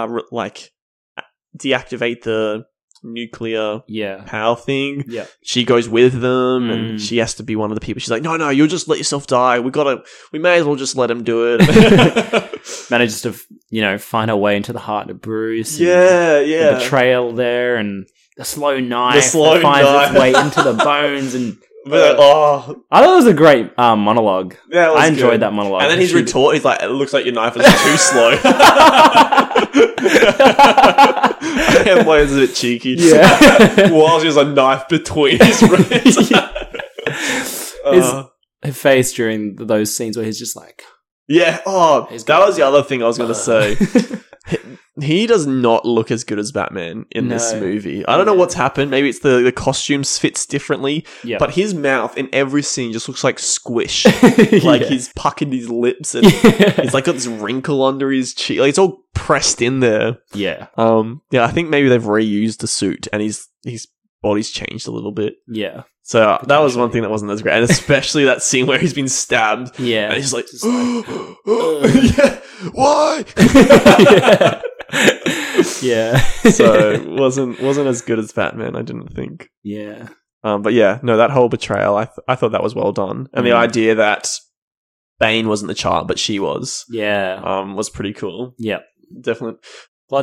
A: uh, re- like a- deactivate the nuclear
B: Yeah.
A: power thing,
B: Yeah.
A: she goes with them, and
B: Mm.
A: she has to be one of the people. She's like, "No, no, you'll just let yourself die. We gotta. We may as well just let him do it."
B: Manages to, you know, find her way into the heart of Bruce. and
A: yeah,
B: The
A: yeah.
B: betrayal there and the slow knife.
A: slow
B: that finds
A: knife.
B: its way into the bones. And
A: But, oh,
B: I thought it was a great um, monologue.
A: yeah,
B: I enjoyed that monologue.
A: And then his
B: She-
A: retort, he's like, "It looks like your knife is too slow." yeah, mine is a bit cheeky.
B: Yeah.
A: While there's a knife between his ribs. Uh,
B: Her face during those scenes where he's just like,
A: yeah. Oh,
B: He's
A: that
B: got-
A: was the other thing I was going to say. He does not look as good as Batman in this
B: No.
A: movie. I don't know
B: Yeah.
A: what's happened. Maybe it's the, the costumes fits differently,
B: yeah.
A: but his mouth in every scene just looks like squish. like he's pucking his lips and
B: yeah.
A: he's like got this wrinkle under his cheek. Like it's all pressed in there.
B: yeah.
A: Um, yeah, I think maybe they've reused the suit and his his body's changed a little bit.
B: Yeah.
A: So uh, that was one
B: Potentially.
A: thing that wasn't as great, and especially that scene where he's been stabbed and
B: Yeah.
A: he's like,
B: Just like-
A: yeah, why?
B: yeah.
A: so it wasn't wasn't as good as Batman, I didn't think.
B: yeah.
A: Um, but yeah, no, that whole betrayal, I th- I thought that was well done, and the
B: Mm.
A: idea that Bane wasn't the child but she was,
B: Yeah.
A: um, was pretty cool.
B: yeah.
A: Definitely,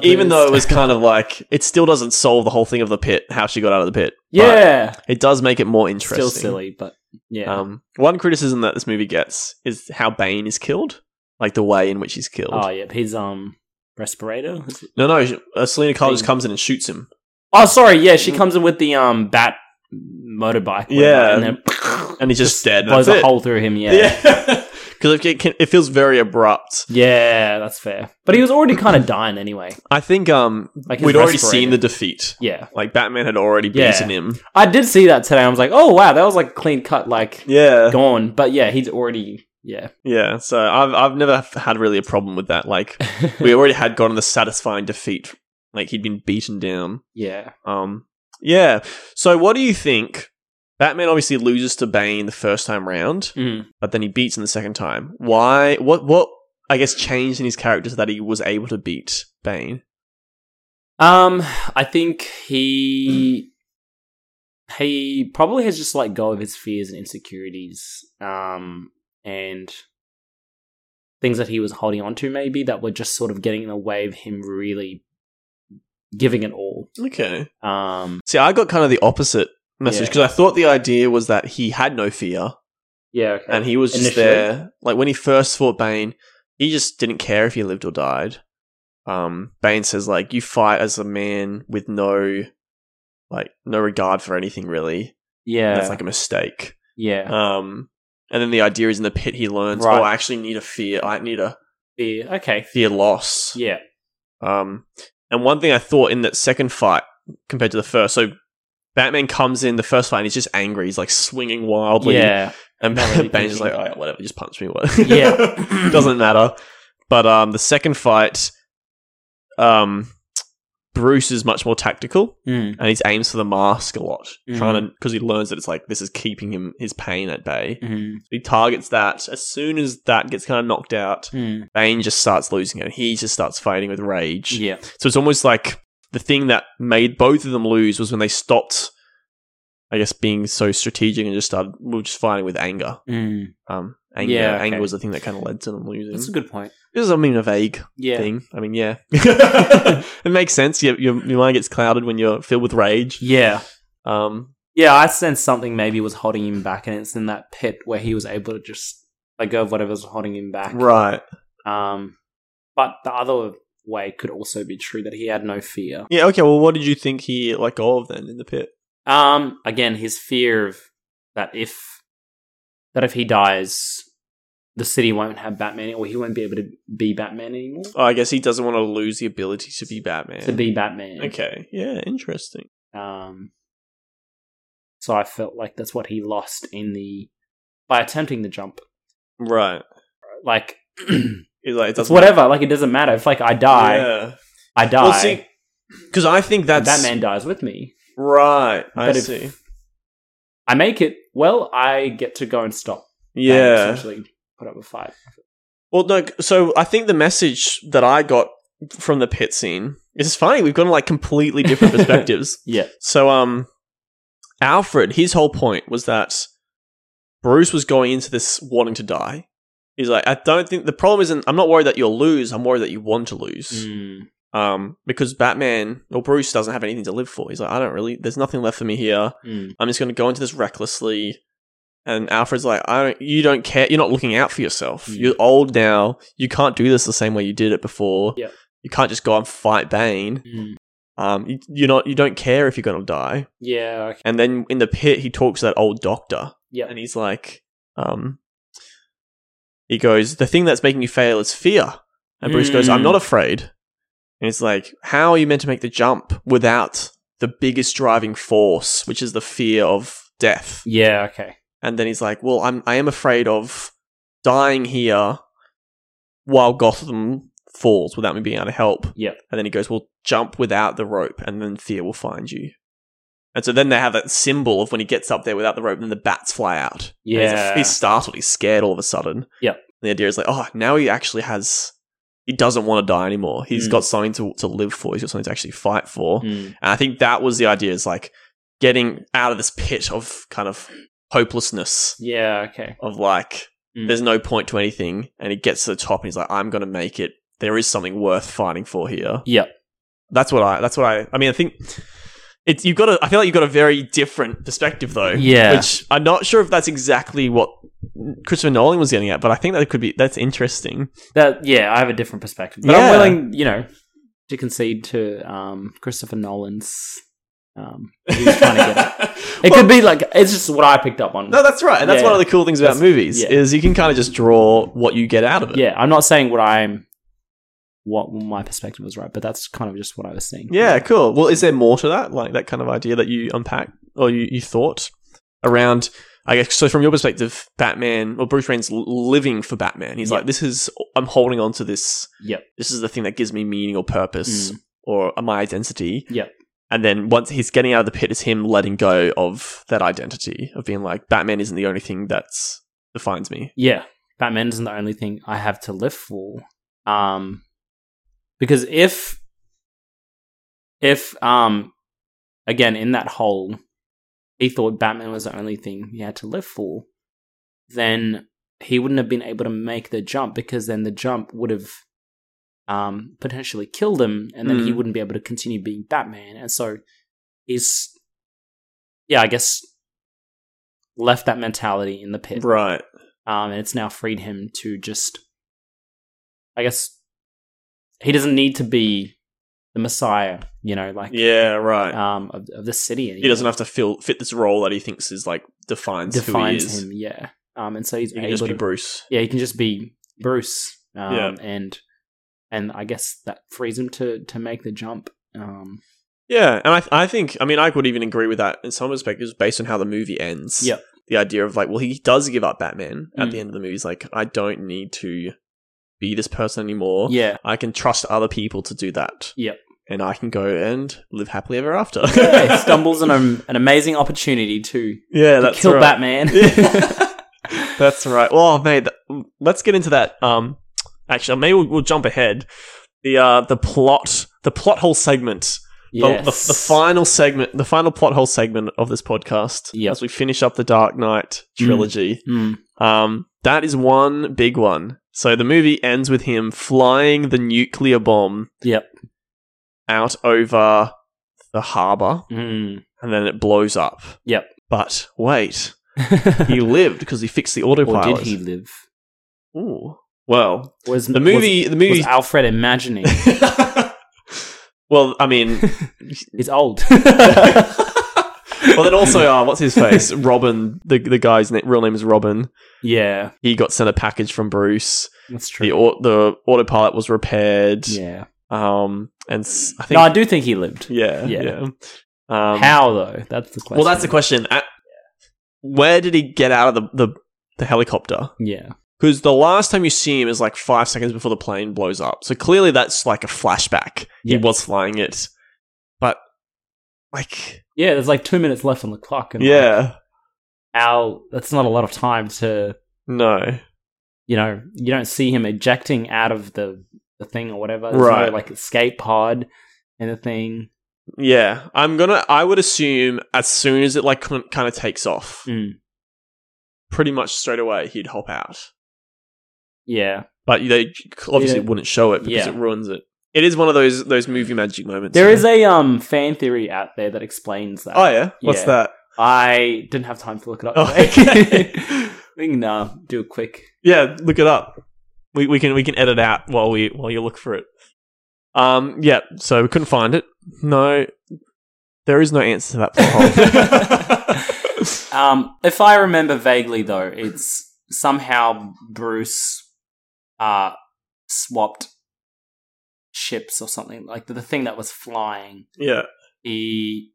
A: even though it was kind of like it still doesn't solve the whole thing of the pit, how she got out of the pit. but
B: yeah,
A: it does make it more interesting.
B: still silly, but yeah,
A: Um, one criticism that this movie gets is how Bane is killed, like the way in which he's killed.
B: oh yeah, his um respirator. Is it-
A: no, no, uh, Selena Kyle just
B: Thing.
A: comes in and shoots him.
B: Oh, sorry, yeah, she comes in with the um bat motorbike. whatever,
A: Yeah.
B: and then
A: and he's just dead. and
B: blows
A: that's
B: a
A: it.
B: hole through him. Yeah. yeah,
A: Yeah, because it, can- it feels very abrupt.
B: that's fair. But he was already kind of dying anyway.
A: I think um
B: Like his
A: we'd already
B: respirator.
A: seen the defeat.
B: Yeah,
A: Like Batman had already
B: Yeah.
A: beaten him.
B: I did see that today. I was like, oh wow, that was like clean cut, like
A: Yeah,
B: gone. But yeah, he's already yeah.
A: yeah. So I've I've never f- had really a problem with that. Like we already had gotten the satisfying defeat. Like he'd been beaten down.
B: yeah,
A: Um, yeah. So, what do you think? Batman obviously loses to Bane the first time round,
B: Mm.
A: but then he beats him the second time. Why? What? What? I guess changed in his character so that he was able to beat Bane.
B: Um, I think he
A: Hmm.
B: he probably has just let go of his fears and insecurities, um, and things that he was holding on to maybe that were just sort of getting in the way of him really giving it all.
A: Okay.
B: Um,
A: See, I got kind of the opposite message
B: Yeah.
A: because I thought the idea was that he had no fear
B: yeah, okay.
A: and he was just
B: Initially.
A: there. Like when he first fought Bane, he just didn't care if he lived or died. Um, Bane says like, "You fight as a man with no like no regard for anything really.
B: Yeah.
A: And That's like a mistake.
B: yeah.
A: Um, and then the idea is in the pit he learns,
B: Right.
A: oh, I actually need a fear. I need a
B: Fear. Okay.
A: fear loss.
B: Yeah.
A: Um, and one thing I thought in that second fight compared to the first, so Batman comes in the first fight and he's just angry. He's like swinging wildly.
B: Yeah.
A: And
B: Not really
A: Bane's
B: thinking.
A: just like, oh, yeah, whatever, just punch me. What?
B: Yeah.
A: Doesn't matter. But um, the second fight, um, Bruce is much more tactical
B: Mm.
A: and he aims for the mask a lot,
B: Mhm.
A: trying to because he learns that it's like this is keeping him his pain at bay.
B: Mm.
A: He targets that. As soon as that gets kind of knocked out,
B: Mm.
A: Bane just starts losing it. He just starts fighting with rage.
B: Yeah.
A: So it's almost like the thing that made both of them lose was when they stopped, I guess, being so strategic and just started we were just fighting with anger.
B: Mm.
A: Um, anger,
B: Yeah, okay.
A: anger was the thing that kind of led to them losing.
B: That's a good point.
A: This is, I mean, a vague
B: Mm. Yeah.
A: thing. I mean, yeah, it makes sense. Your, your your mind gets clouded when you're filled with rage.
B: Yeah.
A: Um,
B: Yeah, I sense something maybe was holding him back, and it's in that pit where he was able to just let go of whatever's holding him back.
A: right.
B: Um, but the other way could also be true that he had no fear.
A: Yeah. Okay. Well, what did you think he let go of then in the pit?
B: Um, again, his fear of that if that if he dies, the city won't have Batman, or he won't be able to be Batman anymore.
A: Oh, I guess he doesn't want to lose the ability to be Batman.
B: To be Batman,
A: Okay. Yeah. Interesting.
B: Um, so I felt like that's what he lost in the by attempting the jump.
A: Right.
B: Like
A: It's like it
B: it's
A: doesn't
B: whatever. Like it doesn't matter if like I die,
A: Yeah.
B: I die.
A: Well, see, because I think that's
B: Batman dies with me.
A: Right. I
B: But if-
A: see.
B: I make it. Well, I get to go and stop. Batman,
A: Yeah.
B: essentially put up a fight.
A: Well, no. So I think the message that I got from the pit scene is funny. We've gone like completely different perspectives.
B: Yeah.
A: So, um, Alfred, his whole point was that Bruce was going into this wanting to die. He's like, I don't think the problem isn't. I'm not worried that you'll lose. I'm worried that you want to lose.
B: Mm.
A: Um, because Batman or Bruce doesn't have anything to live for. He's like, I don't really. There's nothing left for me here.
B: Mm.
A: I'm just going to go into this recklessly. And Alfred's like, I don't, you don't care. You're not looking out for yourself.
B: Mm.
A: You're old now. You can't do this the same way you did it before.
B: Yeah.
A: You can't just go out and fight Bane.
B: Mm.
A: Um, you, you're not, you don't care if you're going to die.
B: Yeah. Okay.
A: And then in the pit, he talks to that old doctor
B: Yeah.
A: and he's like, um, he goes, the thing that's making you fail is fear. And Bruce goes, I'm
B: Mm.
A: not afraid. And it's like, how are you meant to make the jump without the biggest driving force, which is the fear of death?
B: Yeah. Okay.
A: And then he's like, well, I'm, I am afraid of dying here while Gotham falls without me being able to help.
B: Yep.
A: And then he goes, well, jump without the rope and then fear will find you. And so then they have that symbol of when he gets up there without the rope, then the bats fly out. And he's-
B: Yeah.
A: He's, startled. He's scared all of a sudden.
B: Yep.
A: And the idea is like, oh, now he actually has. He doesn't want to die anymore. He's
B: Mm.
A: got something to, to live for. He's got something to actually fight for.
B: Mm.
A: And I think that was the idea is like getting out of this pit of kind of hopelessness
B: Yeah. Okay.
A: of like,
B: Mm.
A: there's no point to anything. And he gets to the top and he's like, I'm going to make it. There is something worth fighting for here.
B: Yeah.
A: That's what I, that's what I, I mean, I think it's, you've got a, I feel like you've got a very different perspective though.
B: Yeah.
A: Which I'm not sure if that's exactly what Christopher Nolan was getting at, but I think that could be, that's interesting.
B: That. Yeah. I have a different perspective, but
A: Yeah.
B: I'm willing, you know, to concede to um, Christopher Nolan's. Um, he was trying to get at. It
A: Well-
B: could be like it's just what I picked up on.
A: No, that's right. And that's
B: Yeah.
A: one of the cool things about
B: That's-
A: movies
B: yeah.
A: is you can kind of just draw what you get out of it.
B: yeah, I'm not saying what I'm what my perspective was right, but that's kind of just what I was seeing.
A: Yeah, cool. Well, is there more to that? Like that kind of idea that you unpack or you, you thought around I guess so from your perspective, Batman or Bruce Wayne's l- living for Batman. He's
B: Yeah.
A: like this is I'm holding on to this.
B: Yep.
A: This is the thing that gives me meaning or purpose
B: Mm.
A: or my identity.
B: Yeah.
A: And then once he's getting out of the pit, it's him letting go of that identity of being like Batman isn't the only thing that's defines me.
B: Yeah. Batman isn't the only thing I have to live for. Um because if if um again in that hole he thought Batman was the only thing he had to live for, then he wouldn't have been able to make the jump because then the jump would have um potentially killed him and then he
A: Mm.
B: wouldn't be able to continue being Batman. And so he's yeah, I guess left that mentality in the pit
A: Right.
B: um, and it's now freed him to just, I guess, he doesn't need to be the Messiah you know, like
A: Yeah, right.
B: um of, of the city.
A: he doesn't
B: anymore.
A: have to feel, fit this role that he thinks is like defines, who he
B: defines
A: is.
B: him, yeah. Um, and so he's
A: He can
B: able
A: just be
B: to-
A: Bruce.
B: yeah, he can just be Bruce. Um,
A: Yeah.
B: and and I guess that frees him to to make the jump. Um,
A: Yeah, and I, I think, I mean, I would even agree with that in some perspectives based on how the movie ends.
B: Yep.
A: The idea of like, well, he does give up Batman at
B: Mm.
A: the end of the movie. He's like, I don't need to be this person anymore.
B: yeah,
A: I can trust other people to do that.
B: Yep.
A: And I can go and live happily ever after.
B: yeah, he stumbles on a, an amazing opportunity to,
A: Yeah,
B: to
A: that's
B: kill
A: right.
B: Batman.
A: that's right. Well, oh, mate, th- let's get into that. Um, actually, maybe we'll, we'll jump ahead. The uh, the plot, the plot hole segment, the- the, the,
B: Yes.
A: final segment, the final plot hole segment of this podcast.
B: Yep.
A: As we finish up the Dark Knight trilogy,
B: Mm.
A: um, that is one big one. So the movie ends with him flying the nuclear bomb.
B: Yep.
A: Out over the harbor,
B: Mm.
A: and then it blows up.
B: Yep.
A: But wait, he lived because he fixed the
B: or
A: autopilot.
B: did he live?
A: Ooh. Well,
B: Was
A: the movie, the
B: was,
A: movie.
B: was Alfred imagining?
A: well, I mean,
B: He's old.
A: well, then also, uh, what's his face? Robin, the the guy's na- real name is Robin.
B: yeah,
A: He got sent a package from Bruce.
B: that's true.
A: The au- the autopilot was repaired.
B: yeah,
A: Um, and s- I think,
B: no, I do think he lived.
A: yeah,
B: yeah.
A: yeah. Um,
B: How though? That's the question.
A: Well, that's the question. At- where did he get out of the the, the helicopter?
B: yeah.
A: Because the last time you see him is like five seconds before the plane blows up. So clearly that's like a flashback. He
B: Yeah.
A: was flying it. But, like,
B: Yeah, there's like two minutes left on the clock, and like,
A: yeah.
B: Al, that's not a lot of time to
A: No.
B: you know you don't see him ejecting out of the the thing or whatever. There's
A: Right.
B: no, like escape pod and the thing.
A: Yeah. I'm gonna, I would assume as soon as it like kind of takes off,
B: Mm.
A: pretty much straight away he'd hop out.
B: Yeah,
A: But they obviously
B: Yeah.
A: wouldn't show it because
B: Yeah.
A: it ruins it. It is one of those those movie magic moments.
B: there is a um fan theory out there that explains that.
A: Oh, yeah. What's
B: Yeah.
A: that?
B: I didn't have time to look it up.
A: Oh,
B: today.
A: okay.
B: we can uh, do a quick.
A: Yeah, look it up. We, we can we can edit out while we while you look for it. Um, yeah. So we couldn't find it. No, there is no answer to that plot hole.
B: Um, if I remember vaguely, though, it's somehow Bruce uh, swapped ships or something. Like the, the thing that was flying,
A: yeah.
B: he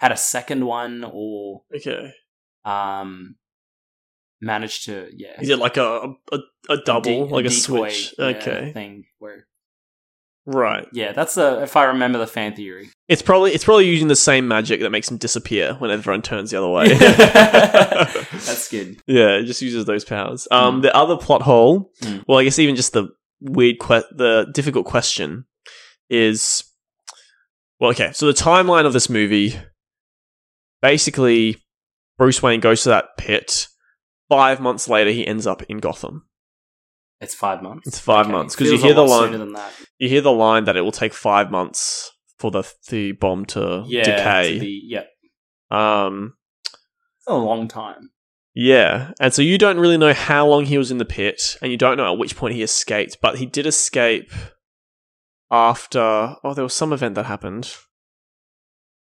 B: had a second one or
A: Okay.
B: um, managed to, yeah.
A: Is it like a a, a double,
B: de-
A: like a,
B: decoy,
A: switch?
B: yeah,
A: okay.
B: Thing where,
A: Right.
B: yeah, that's the, if I remember the fan theory.
A: It's probably it's probably using the same magic that makes him disappear when everyone turns the other way.
B: That's good.
A: Yeah, it just uses those powers. Um,
B: Mm.
A: the other plot hole,
B: Mm.
A: well, I guess even just the weird, que- the difficult question is, well, okay. So the timeline of this movie, basically, Bruce Wayne goes to that pit. Five months later, he ends up in Gotham.
B: It's five months.
A: It's five
B: Okay.
A: months because you
B: Feels a
A: hear the
B: lot
A: line.
B: sooner than that.
A: you hear the line that it will take five months for the the bomb to
B: Yeah,
A: decay.
B: to be- yeah,
A: um,
B: It's a long time.
A: Yeah, and so you don't really know how long he was in the pit, and you don't know at which point he escaped, but he did escape after. Oh, there was some event that happened.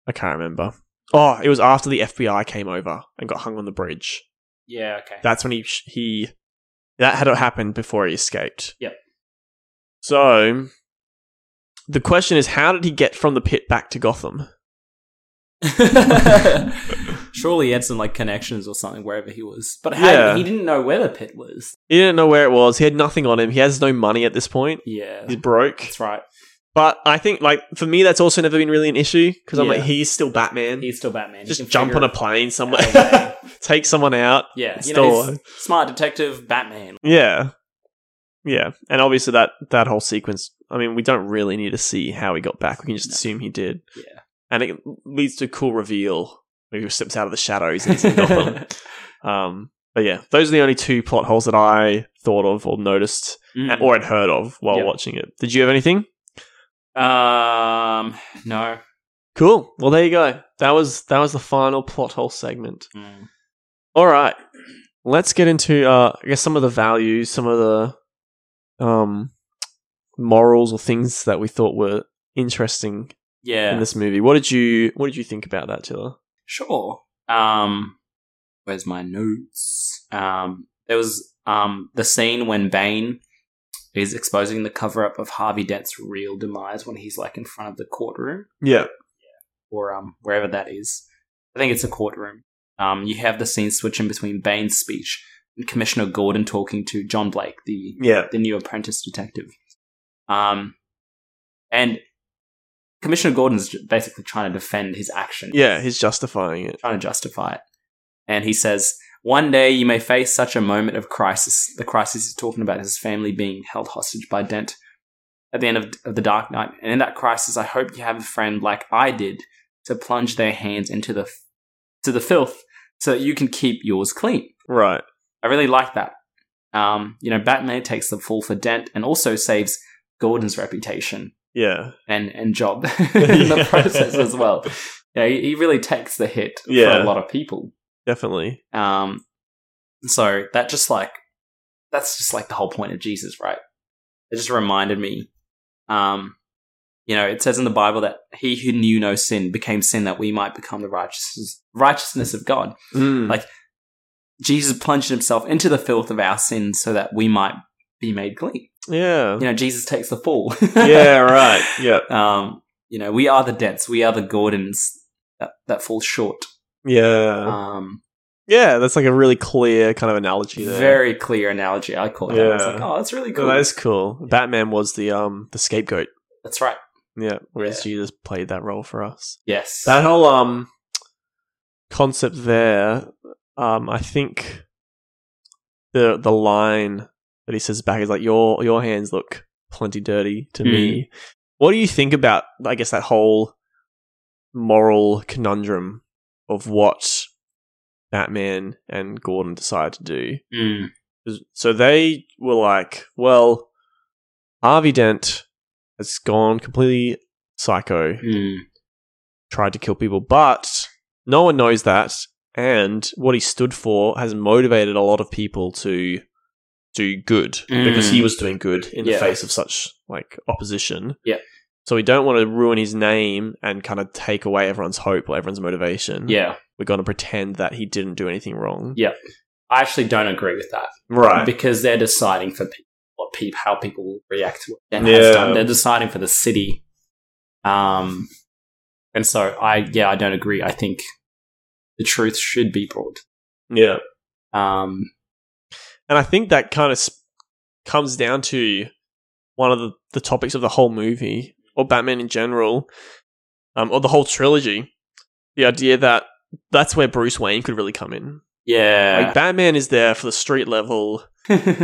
A: I can't remember. Oh, it was after the FBI came over and got hung on the bridge.
B: Yeah, okay.
A: That's when he he that had happened before he escaped.
B: Yep.
A: So the question is, how did he get from the pit back to Gotham?
B: Surely he had some like connections or something wherever he was, but
A: Yeah.
B: had, he didn't know where the pit was.
A: He didn't know where it was. He had nothing on him. He has no money at this point.
B: Yeah,
A: He's broke.
B: that's right.
A: But I think, like, for me, that's also never been really an issue because I'm
B: Yeah.
A: like, he's still Batman.
B: He's still Batman. He
A: just
B: can
A: jump
B: figure
A: on a
B: it
A: plane
B: out a
A: somewhere,
B: way.
A: take someone out.
B: yeah, you
A: Still-
B: know, he's smart detective Batman.
A: Yeah, yeah, and obviously that that whole sequence. I mean, we don't really need to see how he got back. We can just
B: No.
A: assume he did.
B: Yeah.
A: and it leads to a cool reveal where he steps out of the shadows and he's in Gotham. um, but yeah, those are the only two plot holes that I thought of or noticed
B: Mm.
A: or had heard of while
B: Yep.
A: watching it. Did you have anything?
B: um, no.
A: Cool. Well, there you go. That was that was the final plot hole segment.
B: Mm.
A: All right. Let's get into uh I guess some of the values, some of the um morals or things that we thought were interesting in
B: Yeah.
A: this movie. What did you What did you think about that, Tiller?
B: Sure. Um, where's my notes? Um, there was um the scene when Bane is exposing the cover up of Harvey Dent's real demise when he's like in front of the courtroom
A: Yeah,
B: or um wherever that is. I think it's a courtroom. Um, you have the scene switching between Bane's speech and Commissioner Gordon talking to John Blake, the
A: yeah,
B: the new apprentice detective. Um, and Commissioner Gordon's j- basically trying to defend his action
A: yeah. He's justifying it.
B: trying to justify it. And he says, One day you may face such a moment of crisis. The crisis is talking about his family being held hostage by Dent at the end of, of The Dark Knight. And in that crisis, I hope you have a friend like I did to plunge their hands into the, f- to the filth so that you can keep yours clean.
A: Right.
B: I really like that. Um, you know, Batman takes the fall for Dent and also saves Gordon's reputation
A: Yeah.
B: and and job in the process as well. Yeah, he, he really takes the hit for
A: Yeah.
B: a lot of people.
A: Definitely.
B: Um, so that just like that's just like the whole point of Jesus, right? It just reminded me. Um, you know, it says in the Bible that he who knew no sin became sin that we might become the righteousness righteousness of God.
A: Mm.
B: Like- Jesus plunged himself into the filth of our sins so that we might be made clean.
A: yeah.
B: You know, Jesus takes the fall.
A: Yeah. Right. Yeah.
B: Um, you know, we are the debts, we are the Gordons that, that fall short.
A: Yeah.
B: Um,
A: yeah. That's like a really clear kind of analogy there.
B: very clear analogy. I call it. that. I was
A: Yeah.
B: like, oh, that's really
A: Cool.
B: cool.
A: That is cool. Batman was the um the scapegoat.
B: That's right.
A: Yeah. Whereas Jesus played that role for us.
B: Yes.
A: That whole um concept there, um, I think the the line that he says back is like your your hands look plenty dirty to me. What do you think about I guess that whole moral conundrum of what Batman and Gordon decide to do?
B: Mm.
A: 'Cause- So they were like, well, Harvey Dent has gone completely psycho
B: Mm.
A: tried to kill people, but no one knows that. And what he stood for has motivated a lot of people to do good
B: Mm.
A: because he was doing good in
B: Yeah.
A: the face of such like opposition.
B: Yeah.
A: So we don't want to ruin his name and kind of take away everyone's hope or everyone's motivation.
B: Yeah.
A: We're going to pretend that he didn't do anything wrong.
B: Yeah. I actually don't agree with that
A: Right.
B: because they're deciding for people, what peop how people will react to it. And
A: Yeah.
B: They're deciding for the city. Um, and so I, yeah, I don't agree. I think the truth should be brought.
A: Yeah.
B: Um,
A: And I think that kind of sp- comes down to one of the, the topics of the whole movie, or Batman in general, um, or the whole trilogy. The idea that that's where Bruce Wayne could really come in.
B: yeah.
A: Like, Batman is there for the street level,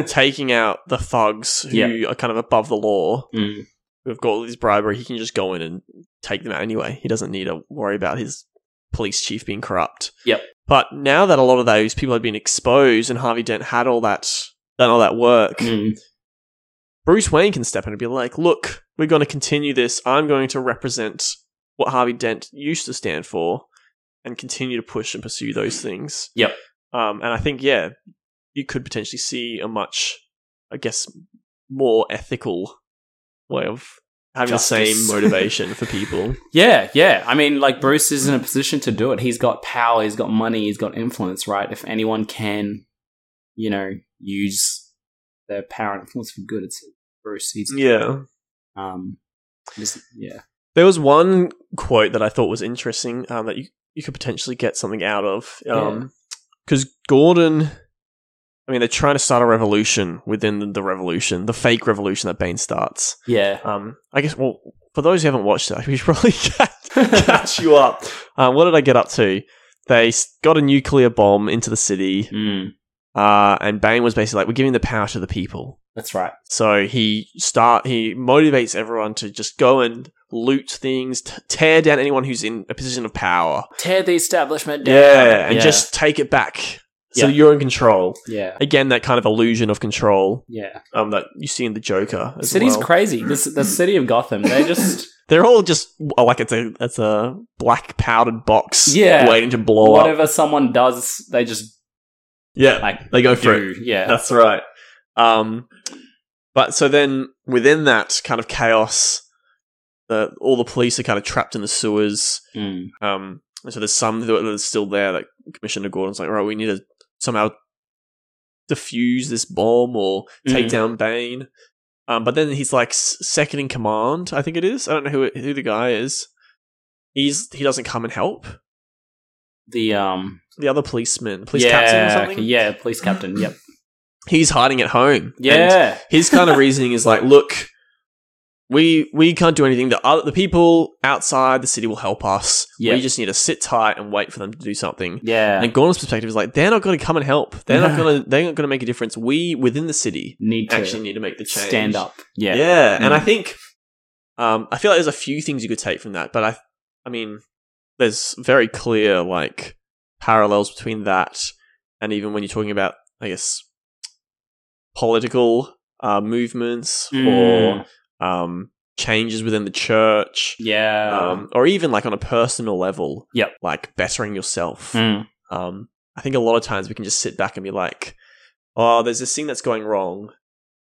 A: taking out the thugs who
B: Yeah.
A: are kind of above the law,
B: Mm.
A: who have got all this bribery. He can just go in and take them out anyway. He doesn't need to worry about his police chief being corrupt.
B: Yep.
A: But now that a lot of those people had been exposed and Harvey Dent had all that done all that work,
B: Mm.
A: Bruce Wayne can step in and be like, look, we're going to continue this. I'm going to represent what Harvey Dent used to stand for and continue to push and pursue those things.
B: Yep.
A: Um, and I think, yeah, you could potentially see a much, I guess, more ethical way of having the
B: Justice.
A: same motivation for people.
B: Yeah, yeah. I mean, like Bruce is in a position to do it. He's got power, he's got money, he's got influence, right? If anyone can, you know, use their power and influence for good, it's Bruce. He's
A: Yeah.
B: um, just- yeah,
A: There was one quote that I thought was interesting um, that you, you could potentially get something out of. Because Gordon, I mean, they're trying to start a revolution within the, the revolution, the fake revolution that Bane starts.
B: yeah.
A: Um, I guess, well, for those who haven't watched it, we should probably catch, catch you up. Um, what did I get up to? They s- got a nuclear bomb into the city,
B: Mm,
A: uh, and Bane was basically like, we're giving the power to the people.
B: that's right.
A: So he start he motivates everyone to just go and loot things, t- tear down anyone who's in a position of power.
B: Tear the establishment down.
A: Yeah, and
B: Yeah.
A: just take it back. So
B: Yeah.
A: you're in control.
B: Yeah,
A: Again, that kind of illusion of control
B: yeah.
A: um, that you see in the Joker.
B: The
A: As
B: city's
A: well.
B: crazy. This the city of Gotham. They just
A: They're all just oh, like it's a it's a black powdered box,
B: Yeah.
A: waiting to blow up.
B: whatever someone does, they just
A: Yeah,
B: like
A: they go for it.
B: do. Yeah,
A: That's right. Um, but so then within that kind of chaos, the all the police are kind of trapped in the sewers.
B: Mm.
A: Um, and so there's some that are still there. Like Commissioner Gordon's like, right, we need to somehow defuse this bomb or take
B: Mm.
A: down Bane. Um, but then he's like s- second in command. I think it is. I don't know who it, who the guy is. He's he doesn't come and help
B: The um,
A: the other policeman, police
B: yeah,
A: captain or something.
B: yeah, police captain. Yep.
A: He's hiding at home. And
B: Yeah.
A: his kind of reasoning is like, look, we we can't do anything. The other, the people outside the city will help us.
B: Yeah.
A: We just need to sit tight and wait for them to do something.
B: yeah.
A: And Gordon's perspective is like, they're not going to come and help. They're not
B: No.
A: going to. They're not going to make a difference. We within the city
B: need to
A: actually need to make the change.
B: stand up. Yeah. Mm.
A: Yeah, and I think, um, I feel like there's a few things you could take from that, but I, I mean, there's very clear like parallels between that and even when you're talking about, I guess, political uh, movements
B: Mm.
A: or um, changes within the church,
B: yeah.
A: um, or even like on a personal level,
B: Yep.
A: like bettering yourself.
B: Mm.
A: Um, I think a lot of times we can just sit back and be like, "Oh, there's this thing that's going wrong,"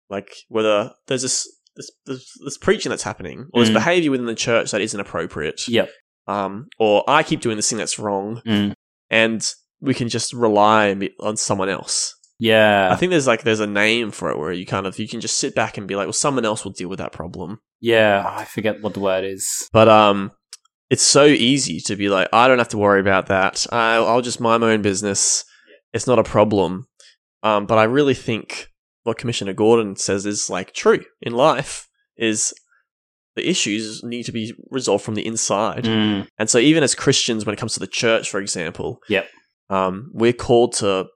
A: like whether there's this this, this, this preaching that's happening, or this
B: Mm.
A: behavior within the church that isn't appropriate.
B: Yep.
A: Um, or I keep doing this thing that's wrong,
B: Mm.
A: and we can just rely on- on someone else.
B: Yeah.
A: I think there's like there's a name for it where you kind of you can just sit back and be like, "Well, someone else will deal with that problem."
B: yeah. I forget what the word is.
A: But um, it's so easy to be like, I don't have to worry about that. I'll, I'll just mind my own business. It's not a problem. Um, but I really think what Commissioner Gordon says is like true in life is the issues need to be resolved from the inside.
B: Mm.
A: And so even as Christians, when it comes to the church, for example,
B: Yep.
A: um, we're called to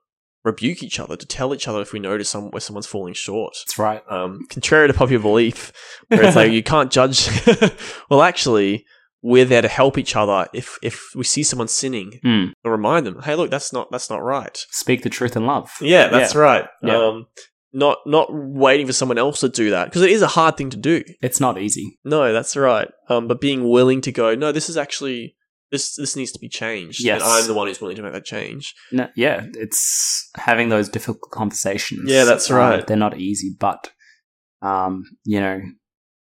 A: rebuke each other, to tell each other if we notice some- where someone's falling short
B: That's right.
A: um, contrary to popular belief, where it's like you can't judge. well, actually, we're there to help each other. If if we see someone sinning,
B: Mm.
A: to remind them, hey, look, that's not that's not right.
B: Speak the truth in love.
A: Yeah, that's right.
B: Yeah.
A: Um, not not waiting for someone else to do that because it is a hard thing to do.
B: It's not easy.
A: No, that's right. Um, but being willing to go, no, this is actually this this needs to be changed.
B: Yes.
A: and I'm the one who's willing to make that change.
B: No, yeah, it's having those difficult conversations.
A: Yeah, that's
B: Um,
A: right.
B: They're not easy, but um, you know,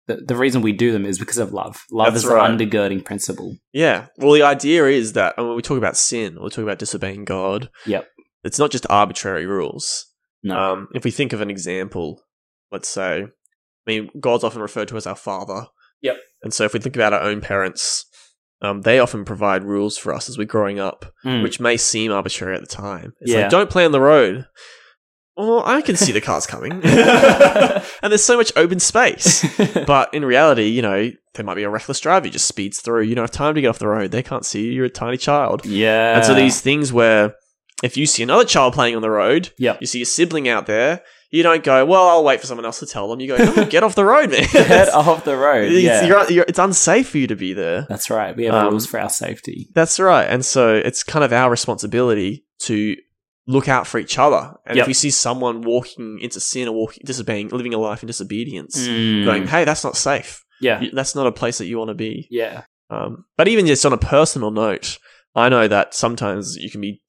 B: the the reason we do them is because of love. Love
A: That's
B: is
A: right.
B: the undergirding principle.
A: Yeah. Well, the idea is that and when we talk about sin, we talk about disobeying God.
B: Yep.
A: It's not just arbitrary rules.
B: No.
A: Um, if we think of an example, let's say, I mean, God's often referred to as our father.
B: Yep.
A: And so if we think about our own parents, um, they often provide rules for us as we're growing up,
B: Mm.
A: which may seem arbitrary at the time. It's
B: Yeah.
A: like, don't play on the road. Oh, I can see the cars coming. and there's so much open space. But in reality, you know, there might be a reckless driver who just speeds through. You don't have time to get off the road. They can't see you. You're a tiny child.
B: yeah.
A: And so these things where if you see another child playing on the road,
B: Yep.
A: you see a sibling out there, you don't go, well, I'll wait for someone else to tell them. You go, no, get off the road, man.
B: Get off the road.
A: It's,
B: Yeah.
A: you're- you're- it's unsafe for you to be there.
B: That's right. We have
A: Um,
B: rules for our safety.
A: That's right. And so it's kind of our responsibility to look out for each other. And
B: Yep.
A: if we see someone walking into sin or walking, disobeying, living a life in disobedience,
B: Mm.
A: going, hey, that's not safe.
B: yeah.
A: You- That's not a place that you want to be.
B: Yeah.
A: Um, but even just on a personal note, I know that sometimes you can be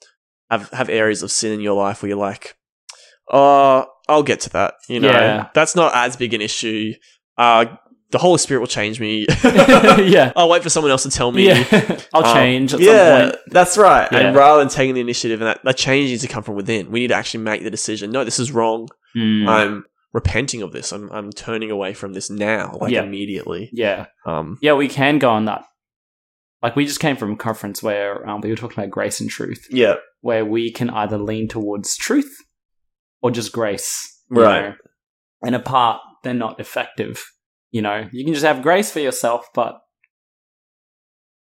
A: have have areas of sin in your life where you're like, "Oh, I'll get to that." You know,
B: Yeah.
A: that's not as big an issue. Uh, the Holy Spirit will change me.
B: yeah.
A: I'll wait for someone else to tell me.
B: Yeah. I'll
A: Um,
B: change at
A: yeah,
B: some point.
A: that's right.
B: Yeah.
A: And rather than taking the initiative, and that, that change needs to come from within. We need to actually make the decision. No, this is wrong.
B: Mm.
A: I'm repenting of this. I'm I'm turning away from this now, like
B: Yeah.
A: immediately.
B: yeah.
A: Um,
B: Yeah, we can go on that. Like we just came from a conference where um, we were talking about grace and truth,
A: yeah,
B: where we can either lean towards truth or just grace, you
A: Right.
B: know. And apart, they're not effective. You know, you can just have grace for yourself, but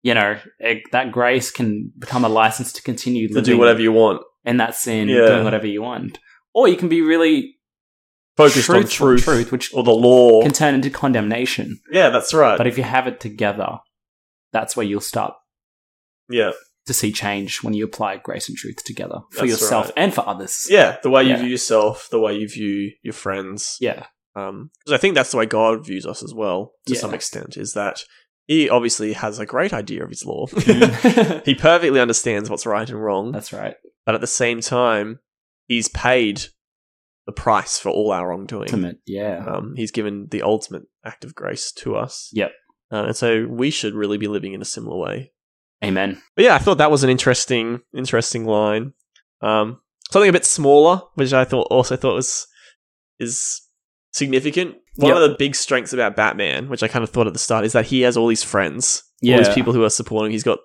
B: you know it, that grace can become a license to continue
A: to
B: living
A: do whatever you want.
B: in that sin,
A: Yeah.
B: doing whatever you want, or you can be really
A: Focused on
B: truthful-
A: truth,
B: truth, which
A: or the law.
B: can turn into condemnation.
A: Yeah, that's right.
B: But if you have it together, that's where you'll start
A: yeah,
B: to see change when you apply grace and truth together for
A: That's
B: yourself
A: right.
B: and for others.
A: yeah, the way you
B: Yeah.
A: view yourself, the way you view your friends,
B: Yeah.
A: because I think that's the way God views us as well to
B: Yeah.
A: some extent. Is that He obviously has a great idea of His law.
B: Mm.
A: he perfectly understands what's right and wrong,
B: That's right.
A: but at the same time, He's paid the price for all our wrongdoing.
B: Ultimate. Yeah.
A: Um, he's given the ultimate act of grace to us.
B: Yep.
A: Uh, and so we should really be living in a similar way.
B: Amen.
A: But yeah, I thought that was an interesting, interesting line. Um, something a bit smaller, which I thought also thought was is significant. One
C: Yep.
A: of the big strengths about Batman, which I kind of thought at the start, is that he has all these friends, all
B: Yeah.
A: these people who are supporting. him. He's got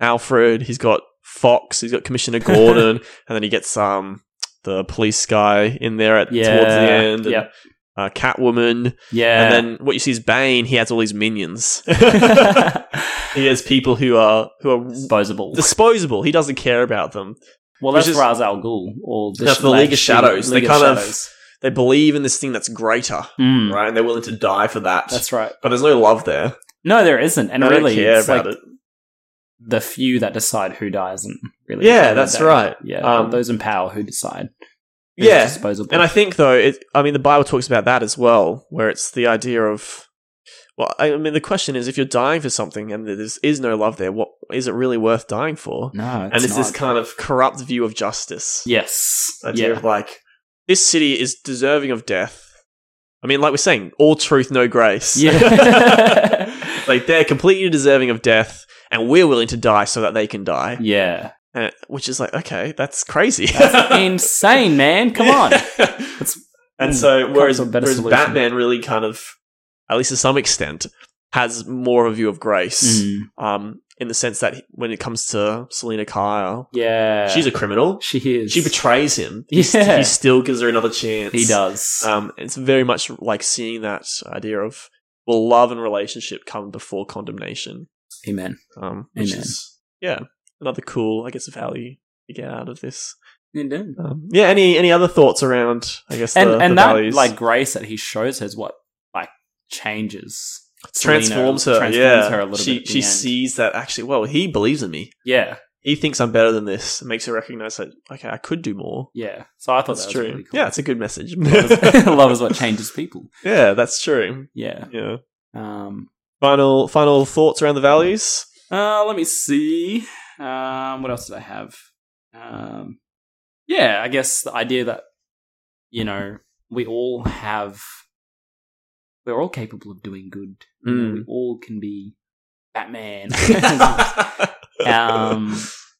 A: Alfred, he's got Fox, he's got Commissioner Gordon, and then he gets um the police guy in there at towards the end. and,
B: Yep.
A: uh, Catwoman,
B: Yeah.
A: and then what you see is Bane. He has all these minions. he has people who are who are
B: disposable.
A: disposable. He doesn't care about them.
B: well, that's
A: which is-
B: Ra's al Ghul or the,
A: That's the League of Shadows.
B: League
A: They kind of- They believe in this thing that's greater,
B: Mm,
A: right? And they're willing to die for that.
B: That's right.
A: but there's no love there.
B: No, there isn't, and
A: I
B: really,
A: don't care
B: it's
A: about
B: like
A: it.
B: the few that decide who dies, and really,
A: Yeah,
B: at the end of
A: that's
B: the day,
A: right.
B: Yeah,
A: Um,
B: those in power who decide. who's
A: Yeah,
B: disposable.
A: and I think though, it, I mean, the Bible talks about that as well, where it's the idea of. Well, I mean, the question is, if you're dying for something and there is no love there, what is it really worth dying for?
B: no,
A: and it's
B: Mm, not.
A: this kind of corrupt view of justice.
B: yes,
A: idea
B: yeah,
A: of like this city is deserving of death. I mean, like we're saying, all truth, no grace.
B: yeah,
A: like they're completely deserving of death, and we're willing to die so that they can die.
B: yeah.
A: And it- which is like, okay, that's crazy.
B: Insane, man! Come on, It's-
A: and so,
B: comes
A: whereas,
B: to a better
A: whereas
B: solution.
A: Batman really kind of, at least to some extent, has more of a view of grace.
B: Mm,
A: Um, in the sense that he- when it comes to Selena Kyle,
B: yeah,
A: she's a criminal.
B: she is
A: She betrays him.
B: Yeah.
A: He still gives her another chance.
B: He does.
A: Um, it's very much like seeing that idea of well, love and relationship come before condemnation.
B: Amen.
A: Um, which
B: Amen.
A: is yeah, another cool, I guess, value to get out of this.
B: Indeed.
A: Um, yeah, any any other thoughts around? I guess the,
B: and
A: the
B: and that
A: values?
B: like grace that he shows her is what like changes Selena,
A: transforms her.
B: transforms
A: yeah,
B: her a little
A: she
B: bit at the
A: she
B: end.
A: sees that actually. Well, he believes in me.
B: yeah
A: He thinks I'm better than this. It makes her recognize that okay, I could do more.
B: yeah so i thought
A: That's
B: that was
A: true.
B: really cool
A: Yeah, it's a good message.
B: love, is, love is what changes people
A: yeah, that's true.
B: yeah
A: Yeah.
B: um
A: Final final thoughts around the values.
B: uh let me see um what else did i have um yeah i guess the idea that you know we all have we're all capable of doing good You know,
A: Mm.
B: we all can be batman um,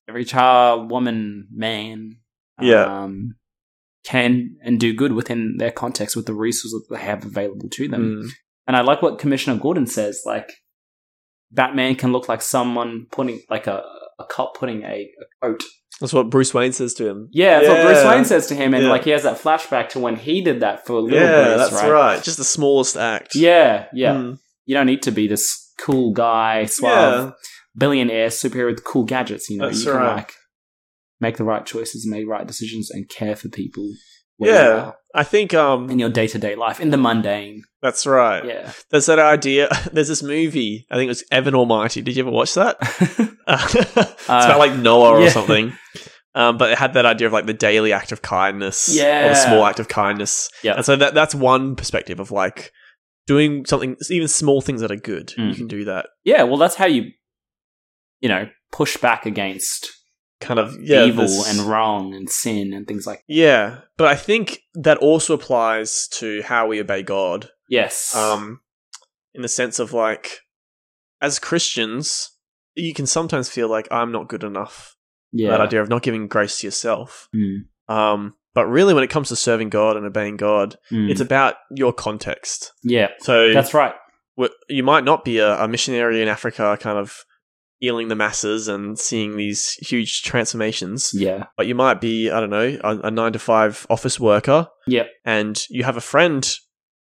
B: every child, woman, man,
A: Yeah.
B: um, can and do good within their context with the resources that they have available to them.
A: Mm.
B: And I like what Commissioner Gordon says, like Batman can look like someone putting like a a cop putting a, a coat.
A: That's what Bruce Wayne says to him.
B: Yeah, that's what Bruce
A: Yeah.
B: Wayne says to him, and
A: Yeah.
B: like he has that flashback to when he did that for little
A: yeah,
B: Bruce,
A: that's
B: right?
A: right? Just the smallest act.
B: Yeah, yeah.
A: Mm.
B: You don't need to be this cool guy, suave,
A: Yeah.
B: billionaire superhero with cool gadgets. You know,
A: That's
B: you can
A: right.
B: like make the right choices, make right decisions, and care for people. where you
A: Yeah.
B: are
A: I think
B: in
A: um
B: your day to day life, in the mundane.
A: that's right.
B: Yeah,
A: There's that idea. There's this movie. I think it was Evan Almighty. Did you ever watch that? it's about like Noah or
B: Uh, yeah.
A: something. Um, but it had that idea of like the daily act of kindness, or
B: Yeah.
A: the small act of kindness.
B: Yeah.
A: and so that that's one perspective of like doing something, even small things that are good. You
B: Mm.
A: can do that
B: yeah. Well, that's how you, you know, push back against
A: kind of yeah,
B: evil
A: this-
B: and wrong and sin and things like.
A: Yeah, but I think that also applies to how we obey God.
B: Yes.
A: Um, in the sense of like, as Christians, you can sometimes feel like I'm not good enough.
B: yeah.
A: That idea of not giving grace to yourself.
B: Mm.
A: Um, but really, when it comes to serving God and obeying God,
B: Mm.
A: it's about your context.
B: yeah.
A: So
B: That's right.
A: wh- you might not be a, a missionary in Africa, kind of healing the masses and seeing these huge transformations
B: Yeah.
A: but you might be i don't know a, a nine to five office worker
B: Yep.
A: and you have a friend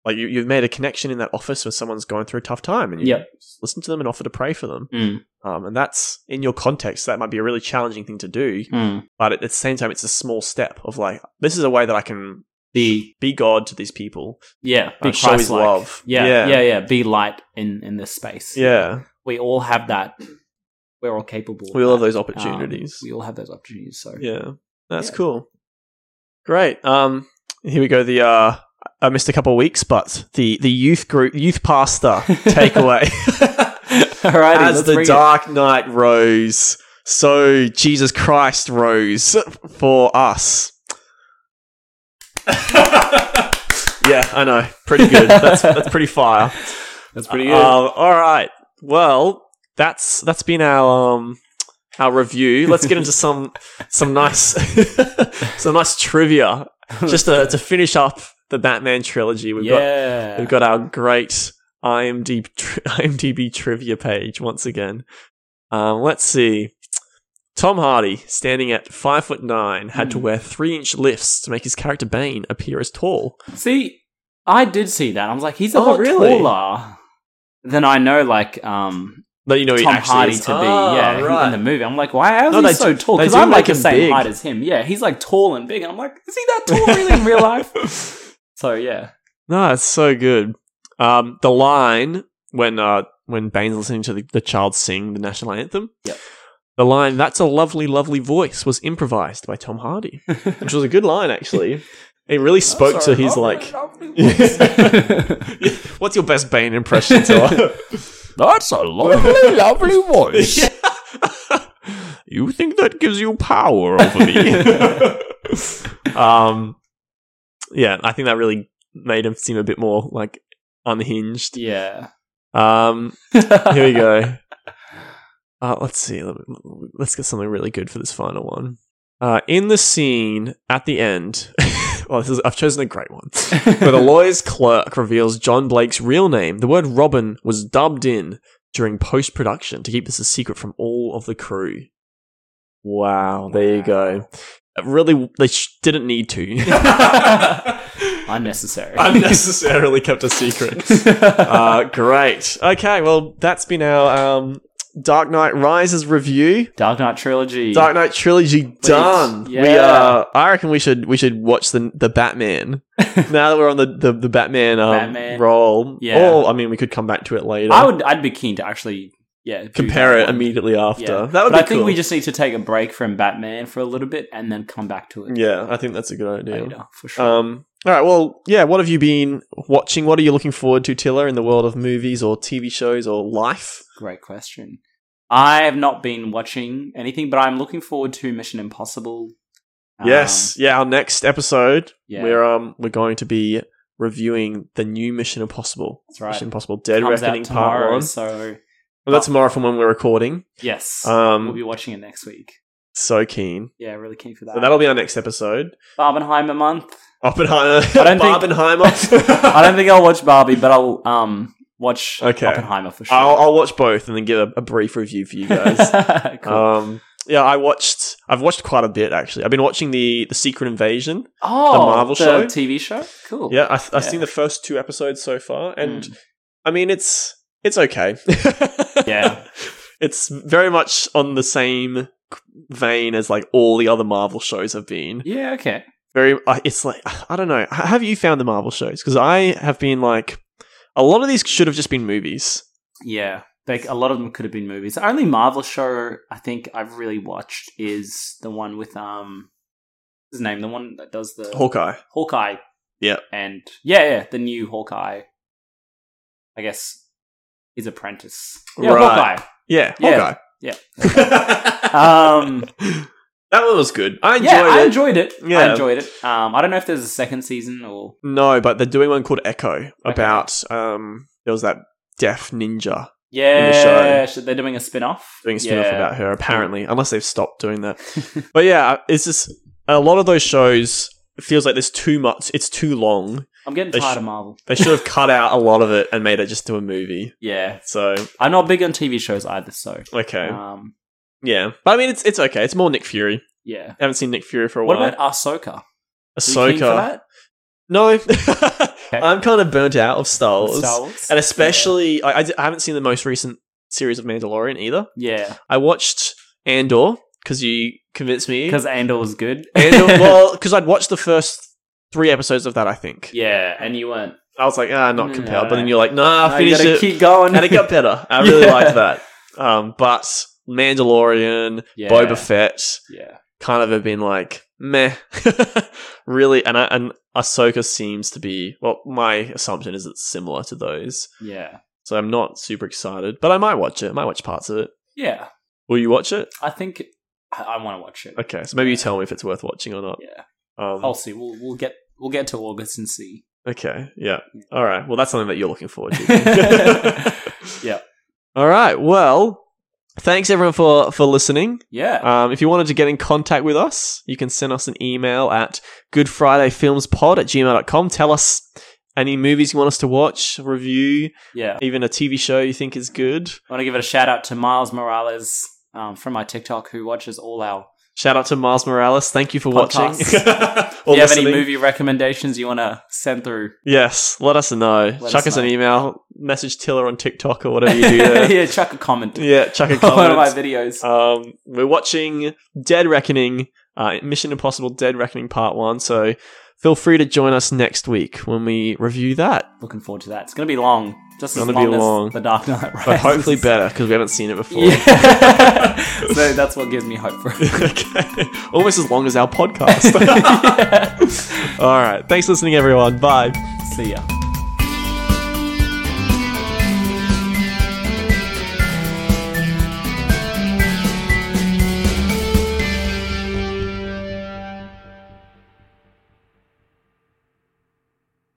A: like you, you've made a connection in that office when someone's going through a tough time and you
B: Yep.
A: listen to them and offer to pray for them
B: Mm.
A: um, and that's in your context that might be a really challenging thing to do
B: Mm.
A: but at the same time it's a small step of like this is a way that i can
B: Be
A: be god to these people
B: yeah. Be
A: Uh, show his
B: Christ-like.
A: love.
B: Yeah,
A: Yeah.
B: yeah. Yeah. Be light in in this space.
A: yeah
B: we all have that. We're all capable. of
A: we all have
B: that.
A: those
B: Um,
A: opportunities
B: we all have those opportunities. So
A: yeah that's
B: Yeah.
A: cool great um here we go the uh i missed a couple of weeks but the the youth group youth pastor takeaway
B: Alrighty,
A: as
B: let's
A: the
B: bring it.
A: Dark Knight rose, so Jesus Christ rose for us. yeah, I know. Pretty good. That's, that's pretty fire.
B: That's pretty good.
A: Um, all right. Well, that's that's been our um our review. Let's get into some some nice some nice trivia just to, to finish up the Batman trilogy. We've got
D: yeah.
A: We've got our great IMDb, tri- IMDb trivia page once again. Um, let's see. Tom Hardy, standing at five foot nine, had to
B: Hmm.
A: wear three inch lifts to make his character Bane appear as tall.
B: See, I did see that. I was like, he's a
A: Oh,
B: lot
A: really?
B: taller than I know. Like, um,
A: But you know, he
B: Tom
A: actually
B: Hardy
A: is-
B: to be,
A: Ah,
B: yeah,
A: right.
B: in the movie. I'm like, why is
A: No,
B: he
A: they
B: so
A: do-
B: tall?
A: they
B: Because
A: do
B: I'm like
A: make
B: the
A: him
B: same
A: big.
B: height as him. Yeah, he's like tall and big. And I'm like, is he that tall really in real life? So yeah,
A: No, it's so good. Um, the line when uh, when Bane's listening to the, the child sing the national anthem.
B: Yep.
A: The line "That's a lovely, lovely voice" was improvised by Tom Hardy, which was a good line actually. It really spoke to his like. What's your best Bane impression, Tyler?
E: That's a lovely, lovely voice.
A: you think that gives you power over me? um, yeah, I think that really made him seem a bit more like unhinged.
B: yeah.
A: Um, here we go. Uh, let's see. Let me- Let's get something really good for this final one. Uh, in the scene at the end, well, this is, I've chosen a great one. Where the lawyer's clerk reveals John Blake's real name, the word Robin was dubbed in during post production to keep this a secret from all of the crew. Wow, there you go. Uh, Really, they sh- didn't need to.
B: Unnecessary.
A: Unnecessarily kept a secret uh, great. Okay, well, that's been our um, Dark Knight Rises review.
B: Dark Knight trilogy.
A: Dark Knight trilogy done. We
B: Yeah.
A: uh, I reckon we should we should watch the the Batman. now that we're on the the, the Batman, um,
B: Batman.
A: roll.
B: Yeah.
A: Or I mean, we could come back to it later.
B: I would. I'd be keen to actually. Yeah. do
A: compare
B: that
A: it
B: one.
A: immediately after.
B: Yeah.
A: That would be
B: but I think
A: cool.
B: we just need to take a break from Batman for a little bit and then come back to it
A: yeah, I think that's a good idea.
B: later for sure.
A: Um. All right. Well, yeah. What have you been watching? What are you looking forward to, Tiller, in the world of movies or TV shows or life?
B: Great question. I have not been watching anything, but I'm looking forward to Mission Impossible. Um,
A: yes. Yeah. Our next episode
B: yeah,
A: We're um we're going to be reviewing the new Mission Impossible.
B: that's right.
A: Mission Impossible Dead
B: Comes out
A: Reckoning Part
B: tomorrow,
A: One.
B: So
A: well, that's tomorrow from when we're recording.
B: yes, we'll
A: Um,
B: be watching it next week.
A: so keen.
B: Yeah, really keen for that.
A: So that'll be our next episode.
B: Barbenheimer month.
A: Oppenheimer.
B: I don't think-
A: Barbenheimer.
B: I don't think I'll watch Barbie, but I'll um watch
A: Okay.
B: Oppenheimer for sure.
A: I'll, I'll watch both and then give a, a brief review for you guys.
B: Cool.
A: Um, yeah, I watched. I've watched quite a bit actually. I've been watching the the Secret Invasion.
B: oh,
A: the Marvel show?
B: TV show. Cool.
A: Yeah, Hmm. I, I've
B: Yeah.
A: seen the first two episodes so far, and I mean it's it's okay.
B: Yeah.
A: it's very much on the same vein as like all the other Marvel shows have been.
B: Yeah. Okay.
A: Very, uh, it's like I don't know. H- Have you found the Marvel shows? Because I have been like, a lot of these should have just been movies.
B: Yeah. Like a lot of them could have been movies. The only Marvel show I think I've really watched is the one with um what's his name, the one that does the
A: Hawkeye.
B: Hawkeye.
A: Yeah.
B: And yeah, yeah, the new Hawkeye. I guess his apprentice. Yeah,
A: Right. Yeah,
B: Yeah.
A: Hawkeye.
B: Yeah.
A: Yeah.
B: Hawkeye. Um
A: that one was good. I enjoyed
B: yeah, I
A: it.
B: enjoyed it. I
A: Yeah.
B: enjoyed it. Um I don't know if there's a second season or
A: no, but they're doing one called Echo about um. There was that deaf ninja
B: yeah,
A: show.
B: should- they're doing a spin-off.
A: doing a spin-off
B: Yeah.
A: about her apparently unless they've stopped doing that but yeah uh, it's just a lot of those shows it feels like there's too much it's too long
B: I'm getting
A: They
B: tired
A: sh-
B: of Marvel.
A: they should have cut out a lot of it and made it just to a movie
B: Yeah.
A: so
B: I'm not big on TV shows either, so
A: okay
B: um
A: yeah but i mean it's it's okay it's more nick fury
B: yeah.
A: haven't seen nick fury for a
B: What
A: while
B: about Ahsoka? Are you keen for
A: ahsoka
B: that?
A: no i'm kind of burnt out of star wars,
B: Star Wars?
A: and especially I I, d- I haven't seen the most recent series of mandalorian either
B: yeah,
A: i watched andor because you convinced me
B: because Andor was good.
A: And uh, well, because I'd watched the first three episodes of that, I think.
B: yeah, and you weren't.
A: I was like, ah,
B: No,
A: not compelled. But then
B: no.
A: you're like, nah,
B: No, you
A: finish
B: gotta
A: it.
B: keep going.
A: and it got better. I really
B: Yeah.
A: liked that. Um, but Mandalorian,
B: yeah.
A: Boba Fett,
B: Yeah,
A: kind of have been like, meh. really, and I, and Ahsoka seems to be. Well, my assumption is it's similar to those.
B: yeah,
A: So I'm not super excited, but I might watch it. I might watch parts of it.
B: yeah.
A: Will you watch it?
B: I think I, I want to watch it.
A: Okay, so maybe you tell me if it's worth watching or not.
B: Yeah.
A: Um,
B: I'll see. We'll we'll get we'll get to August and see.
A: Okay. Yeah. All right. Well, that's something that you're looking forward to.
B: Yeah.
A: All right. Well, thanks everyone for for listening.
B: Yeah.
A: Um, if you wanted to get in contact with us, you can send us an email at goodfridayfilmspod at gmail.com. Tell us any movies you want us to watch, review,
B: yeah.
A: even a TV show you think is good.
B: I want to give it a shout out to Miles Morales um, from my TikTok who watches all our
A: Shout out to Miles Morales. Thank you for
B: podcasts.
A: watching.
B: if
A: Or
B: you have
A: listening.
B: any movie recommendations you want to send through,
A: Yes, let us know.
B: Let
A: chuck us,
B: us
A: an
B: know.
A: email, message Tiller on TikTok or whatever you do. There. yeah.
B: yeah, chuck a comment
A: chuck a
B: on one of my
A: comment.
B: videos.
A: Um, we're watching Dead Reckoning, uh, Mission Impossible Dead Reckoning Part 1, so feel free to join us next week when we review that.
B: Looking forward to that. It's going to be long. Just as
A: Gonna be
B: long as
A: long.
B: The Dark Knight Rises.
A: But hopefully better because we haven't seen it before.
B: Yeah. so that's what gives me hope for it.
A: okay. Almost as long as our podcast. All right. Thanks for listening, everyone. Bye.
B: See ya.